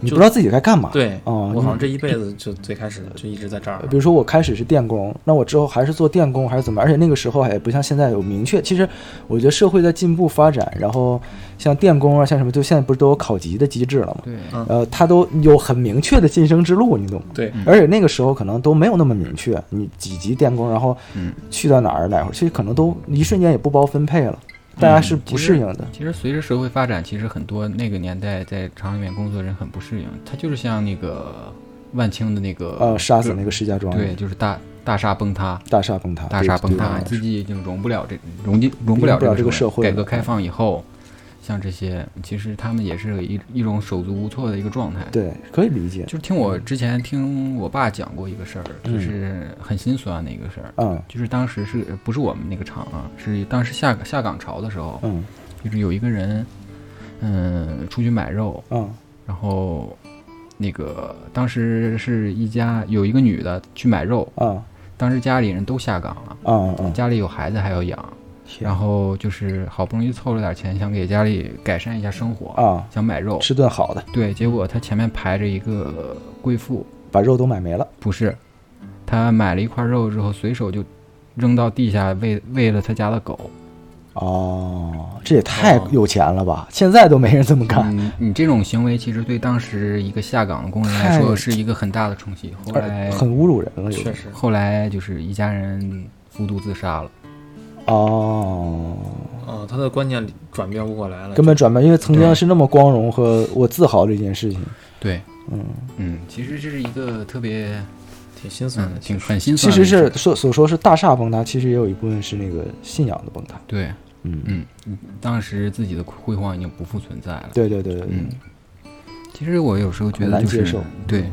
你
就
不知道自己该干嘛。
对，
哦
我好像
你
这一辈子就最开始就一直在这儿
呃，比如说我开始是电工，那我之后还是做电工还是怎么？而且那个时候还不像现在有明确。其实我觉得社会在进步发展，然后像电工啊，像什么，就现在不是都有考级的机制了吗？
对，
嗯
呃，它都有很明确的晋升之路，你懂吗？
对，
而且那个时候可能都没有那么明确，你几级电工，然后
嗯
去到哪儿哪会儿，其实可能都一瞬间也不包分配了，大家
嗯
是不适应的。
其实随着社会发展，其实很多那个年代在厂里面工作的人很不适应，他就是像那个万青的那个
呃，杀死那个石家庄
对，就是大大厦崩塌，
大厦崩塌，
大厦
对
崩
对
塌，
对
自己已经融不了这融进融不了
融不了这个社
社
会
改
了
革开放以后，像这些其实他们也是一一种手足无措的一个状态。
对，可以理解。
就是听我之前听我爸讲过一个事儿，就是很心酸的一个事儿。
嗯
就是当时是不是我们那个厂啊？是当时下下岗潮的时候，
嗯
就是有一个人，嗯，出去买肉，
嗯
然后那个当时是一家有一个女的去买肉，
嗯
当时家里人都下岗了，
嗯嗯，
家里有孩子还要养，
天
然后就是好不容易凑了点钱，想给家里改善一下生活，
啊，
想买肉，
吃顿好的，
对，结果他前面排着一个贵妇，
把肉都买没了。
不是，他买了一块肉之后，随手就扔到地下喂喂了他家的狗。
哦，这也太
哦
有钱了吧！现在都没人这么干。
嗯，你这种行为其实对当时一个下岗的工人来
太呃
说是一个很大的冲击。后来
很侮辱人了，有
确
点
实，
后来就是一家人服毒自杀了。
哦，
嗯，他的观念转变不过来了，
根本转变，因为曾经是那么光荣和我自豪的一件事情。
对，
嗯，
嗯，其实这是一个特别
挺心酸
嗯
的，
挺
挺
很心
其
酸的
实
一个事儿。
是所所说是大厦崩塌，其实也有一部分是那个信仰的崩塌。
对，
嗯，
嗯，嗯当时自己的辉煌已经不复存在了。
对对对对对，
嗯，其实我有时候觉得就
很难接
是
受
对，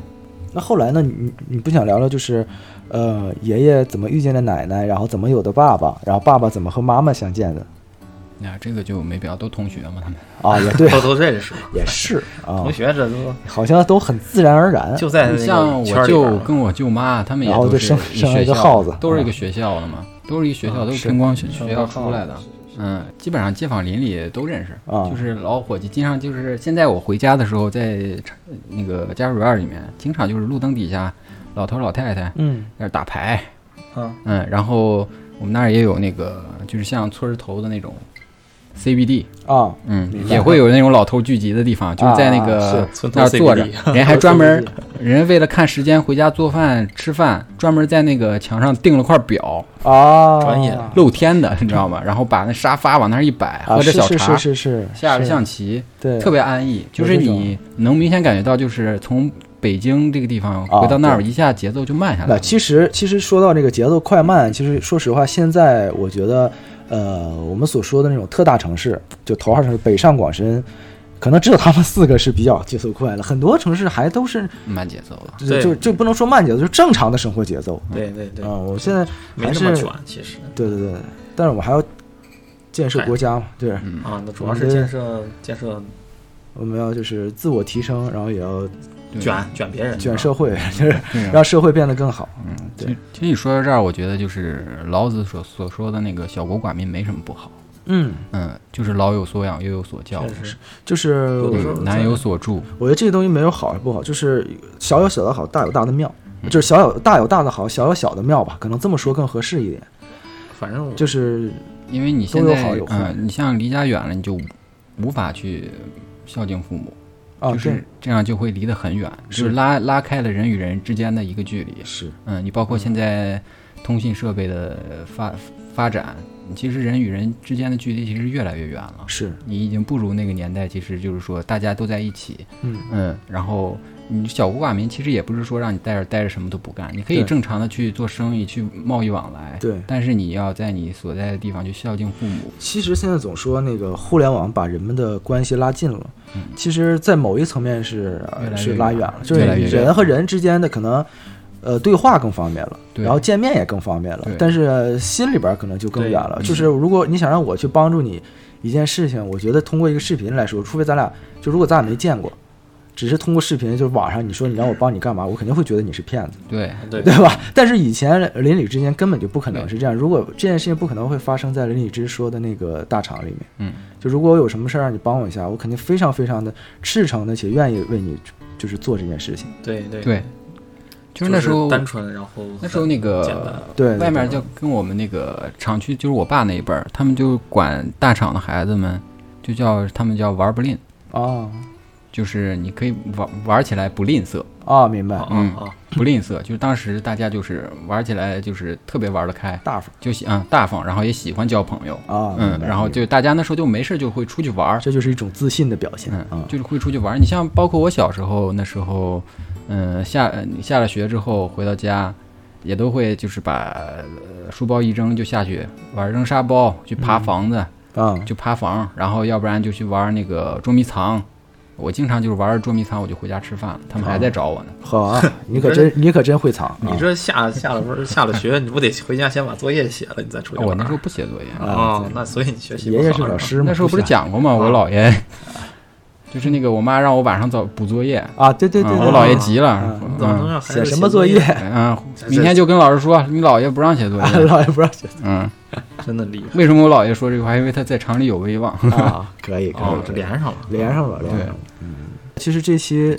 那后来呢？你你不想聊聊就是，呃，爷爷怎么遇见的奶奶，然后怎么有的爸爸，然后爸爸怎么和妈妈相见的？
呀，这个就没必要，都同学嘛，他们
啊，也 对，
偷偷这是
也是啊哎
同，学，这都
好像都很自然而然。
就在那个
像
圈
我
里边
舅
嘛
跟我舅妈，他们也
然后
都
就是生
一
生了
学
一个
校
耗子嗯
都是一个学校的嘛，都是一个学校，
啊
都
是
是偏光学
生
学
了
校
个耗
出来的。嗯，基本上街坊邻里都认识，
啊
就是老伙计。经常就是现在我回家的时候，在那个家属院里面，经常就是路灯底下，老头老太太在
嗯
那儿打牌，
啊，
嗯，然后我们那儿也有那个，就是像村儿头的那种 CBD，
啊，
嗯
明，白
也会有那种老头聚集的地方，就是在那个、
啊是村头
那儿坐着
CBD，
哎人还专门
村，
人为了看时间回家做饭吃饭，专门在那个墙上订了块表，
啊，
专业
啊，
露天的，你知道吗？然后把那沙发往那儿一摆，喝
是
着小
啊是
茶
是，是是，
下着
是
象棋，
对，
特别安逸。就
有
是
这种
你能明显感觉到，就是从北京这个地方
啊
回到那儿，
对
一下节奏就慢下来
那
了。
其实，其实说到这个节奏快慢，其实说实话，现在我觉得，呃，我们所说的那种特大城市，就头号城市北上广深，可能只有他们四个是比较节奏快的，很多城市还都是
慢节奏了，
就
对
就就不能说慢节奏，就正常的生活节奏。
对对对
啊、，我现在
没
还
那
是
么卷，其实
对对对，但是我们还要建
哎
设国家嘛，对，
啊，那主要是建设建设
我们要就是自我提升，然后也要
对
卷卷别人，啊
卷社会， 就是
嗯
对啊
让社会变得更好。
其
对
实其实你说到这儿，我觉得就是老子所所说的那个“小国寡民”没什么不好。
嗯，
嗯，就是老有所养，幼有所教，
确实
就是
有的时候
嗯，男有所住。
我觉得这个东西没有好与不好，就是小有小的好，大有大的妙，
嗯
就是小有大有大的好，小有小的妙吧，可能这么说更合适一点。
反正我
就是
因为你现
都
在
有好有坏
嗯，你像离家远了，你就无法去孝敬父母，
啊，
就
对
是，这样就会离得很远，
是
就是拉拉开了人与人之间的一个距离。
是
嗯，你包括现在通信设备的发发展，其实人与人之间的距离其实越来越远了。
是，
你已经不如那个年代，其实就是说大家都在一起，
嗯，
嗯，然后你小国寡民，其实也不是说让你在这儿待着什么都不干，你可以
对
正常的去做生意，去贸易往来，
对。
但是你要在你所在的地方去孝敬父母，
其实现在总说那个互联网把人们的关系拉近了，其实，在某一层面是呃
嗯越来越
是拉远了，就是
越来越远
人和人之间的可能。呃，对话更方便了，
对
然后见面也更方便了
对，
但是心里边可能就更远了。
对嗯
就是如果你想让我去帮助你一件事情，我觉得通过一个视频来说，除非咱俩就如果咱俩没见过，只是通过视频，就是网上你说你让我帮你干嘛，我肯定会觉得你是骗子，
对，
对
对吧？但是以前邻里之间根本就不可能
对
是这样，如果这件事情不可能会发生在邻里之说的那个大厂里面，
嗯，
就如果我有什么事儿让你帮我一下，我肯定非常非常的赤诚的且愿意为你就是做这件事情。
对对
对，，就是那时候
单纯，然后
那时候那
简单
个
对，
外面就跟我们那个厂区，就是我爸那一辈儿，他们就管大厂的孩子们，就叫他们叫玩儿不吝，
啊
就是你可以玩玩起来不吝啬，
啊，明
啊
哦
白，
啊啊，
不吝啬，就是当时大家就是玩起来就是特别玩得开，
大方
就喜啊、大方，然后也喜欢交朋友，
啊，
嗯
明，白
然后
明白
就大家那时候就没事就会出去玩儿，
这就是一种自信的表现
嗯
啊，，
就是会出去玩儿。你像包括我小时候那时候，嗯，下呃你下了学之后回到家，也都会就是把、呃书包一扔就下去玩儿扔沙包，去爬房子，
啊
就爬房，然后要不然就去玩儿那个捉迷藏。我经常就是玩儿捉迷藏，我就回家吃饭了，他们还在找我呢。
好 啊，你可真你可真会藏，
嗯
你
啊
这下下了不是下了学，你不得回家先把作业写了，你再出去
哦我
玩
那时候不写作业，
啊，那所以你学习不
爷爷
好
是老师嘛，
那时候不是
讲
讲过吗？我姥爷就是那个我妈让我晚上早补作业，
啊，对对对，
嗯
对
我姥爷
对
急了
啊，
吧怎么能
嗯
让孩
写
子
什么作业
业？
嗯，明天就跟老师说你姥爷不让写作
啊，
业。
姥爷不让写
嗯，
真的 厉害
为什么我姥爷说这个话？因为他在厂里有威望。
啊，可以可以
哦，
可
这
以，
连上了，
连上了，连上了。嗯，其实这期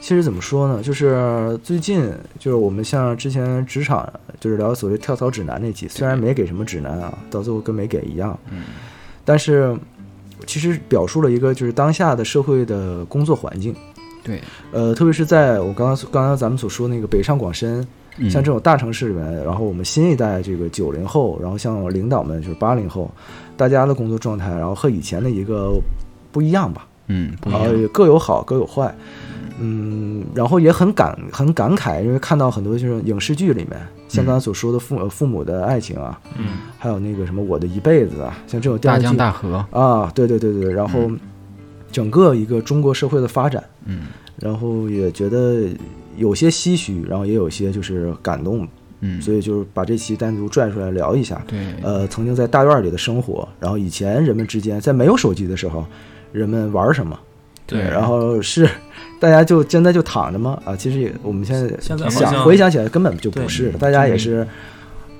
其实怎么说呢？就是最近就是我们像之前职场就是聊所谓跳槽指南那期，虽然没给什么指南啊，到最后跟没给一样，
嗯，
但是其实表述了一个就是当下的社会的工作环境。
对，
呃，特别是在我刚刚所刚刚咱们所说那个北上广深，
嗯
像这种大城市里面，然后我们新一代这个九零后，然后像领导们就是八零后，大家的工作状态，然后和以前的一个不一样吧。
嗯不一
然后
样，
也各有好，各有坏。嗯，然后也很感很感慨，因为看到很多就是影视剧里面，像刚才所说的父母、呃父母的爱情啊，
嗯，
还有那个什么我的一辈子啊，像这种电
大
视
江
剧
大河。
啊，对对对对，然后整个一个中国社会的发展，
嗯，
然后也觉得有些唏嘘，然后也有些就是感动，
嗯，
所以就是把这期单独拽出来聊一下。
对，
呃，曾经在大院里的生活，然后以前人们之间在没有手机的时候，人们玩什么？
对
然后是 大家就现在就躺着吗？啊，其实也我们现在
现在好
想
像
回想起来根本就不
对
是，大家也是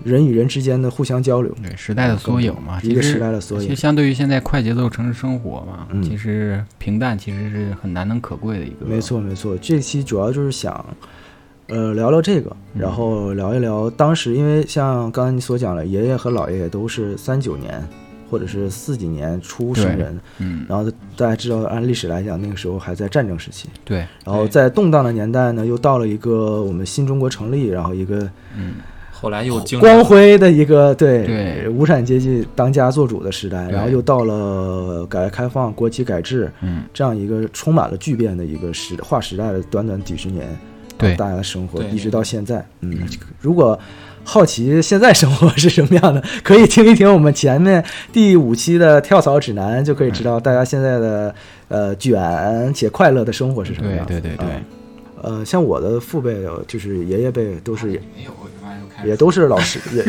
人与人之间的互相交流。
对时代的缩影嘛，
一
其
个
实
时代的缩影
其实相对于现在快节奏城市生活嘛，
嗯
其实平淡其实是很难能可贵的一个。
没，错，没错。这期主要就是想，呃，聊聊这个，
嗯
然后聊一聊当时，因为像刚才你所讲了，爷爷和姥爷也都是三九年或者是四几年出生
对
人，
嗯，
然后大家知道，按历史来讲，那个时候还在战争时期，
对，
然后在动荡的年代呢，又到了一个我们新中国成立，然后一个
嗯，
后来又经历
光辉的一个对
对
无产阶级当家做主的时代，
对
然后又到了改革开放、国企改制，
嗯，
这样一个充满了巨变的一个时划时代的短短几十年，
对
然后大家的生活
对
一直到现在，嗯，如果好奇现在生活是什么样的，可以听一听我们前面第五期的跳槽指南，就可以知道大家现在的呃卷且快乐的生活是什么
嗯对
样子。
对对
嗯
对，
呃，像我的父辈就是爷爷辈都是
哎呦，我他妈又开
也都是老师，也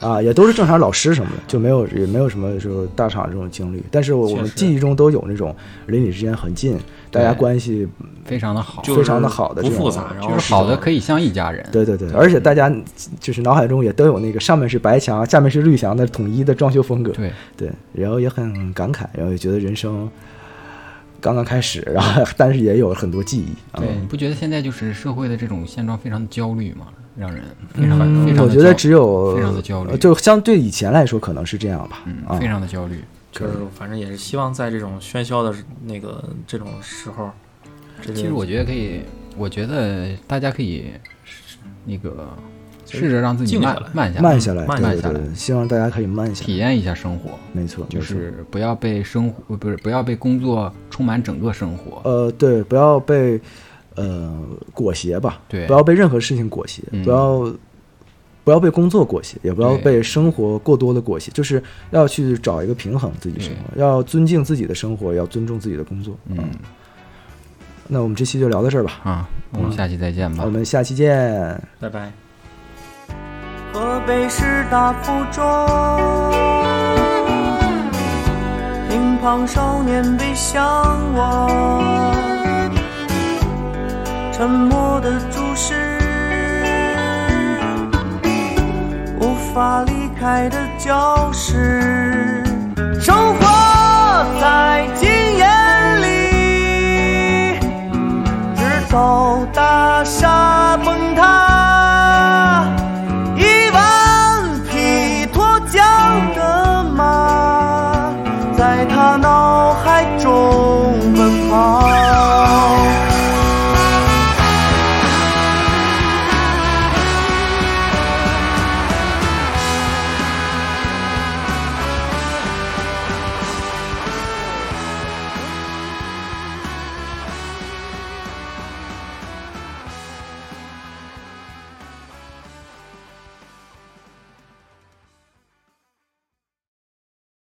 啊，也都是正常老师什么的，就没有也没有什么就是大厂这种经历。但是我我
确
们
实
记忆中都有那种邻里之间很近，大家
对
关系
非常的好，
就
非常的好的
不
这种
复杂，然后
就是好的可以像一家人。
对对对，而且大家就是脑海中也都有那个上面是白墙，下面是绿墙的统一的装修风格。
对
对，然后也很感慨，然后也觉得人生刚刚开始，然后但是也有很多记忆啊。
对，你不觉得现在就是社会的这种现状非常焦虑吗？让人非常
嗯
非常
我
地
觉得
焦
只有
非常地焦虑
呃就相对以前来说，可能是这样吧。啊
嗯，非常的焦虑。
就是反正也是希望在这种喧嚣的那个这种时候，这
其实我觉得可以，我觉得大家可以那个试着让自己
静下来
慢慢下
慢下来，
慢
对对
下
对
来
对，希望大家可以慢下来
体。验一下生活，
没错，
就
没错
是不要被生活不是不要被工作充满整个生活。
呃，对，不要被呃裹挟吧，
对
不要被任何事情裹挟，
嗯
不要不要被工作裹挟，也不要
对
被生活过多的裹挟，就是要去找一个平衡自己生活，要尊敬自己的生活，要尊重自己的工作。
嗯
那我们这期就聊到这儿吧，
啊，我们下期再见吧
我。们下期见。
拜拜。
河北师大附中，乒乓少年被向往，沉默的注视，无法离开的教室，生活。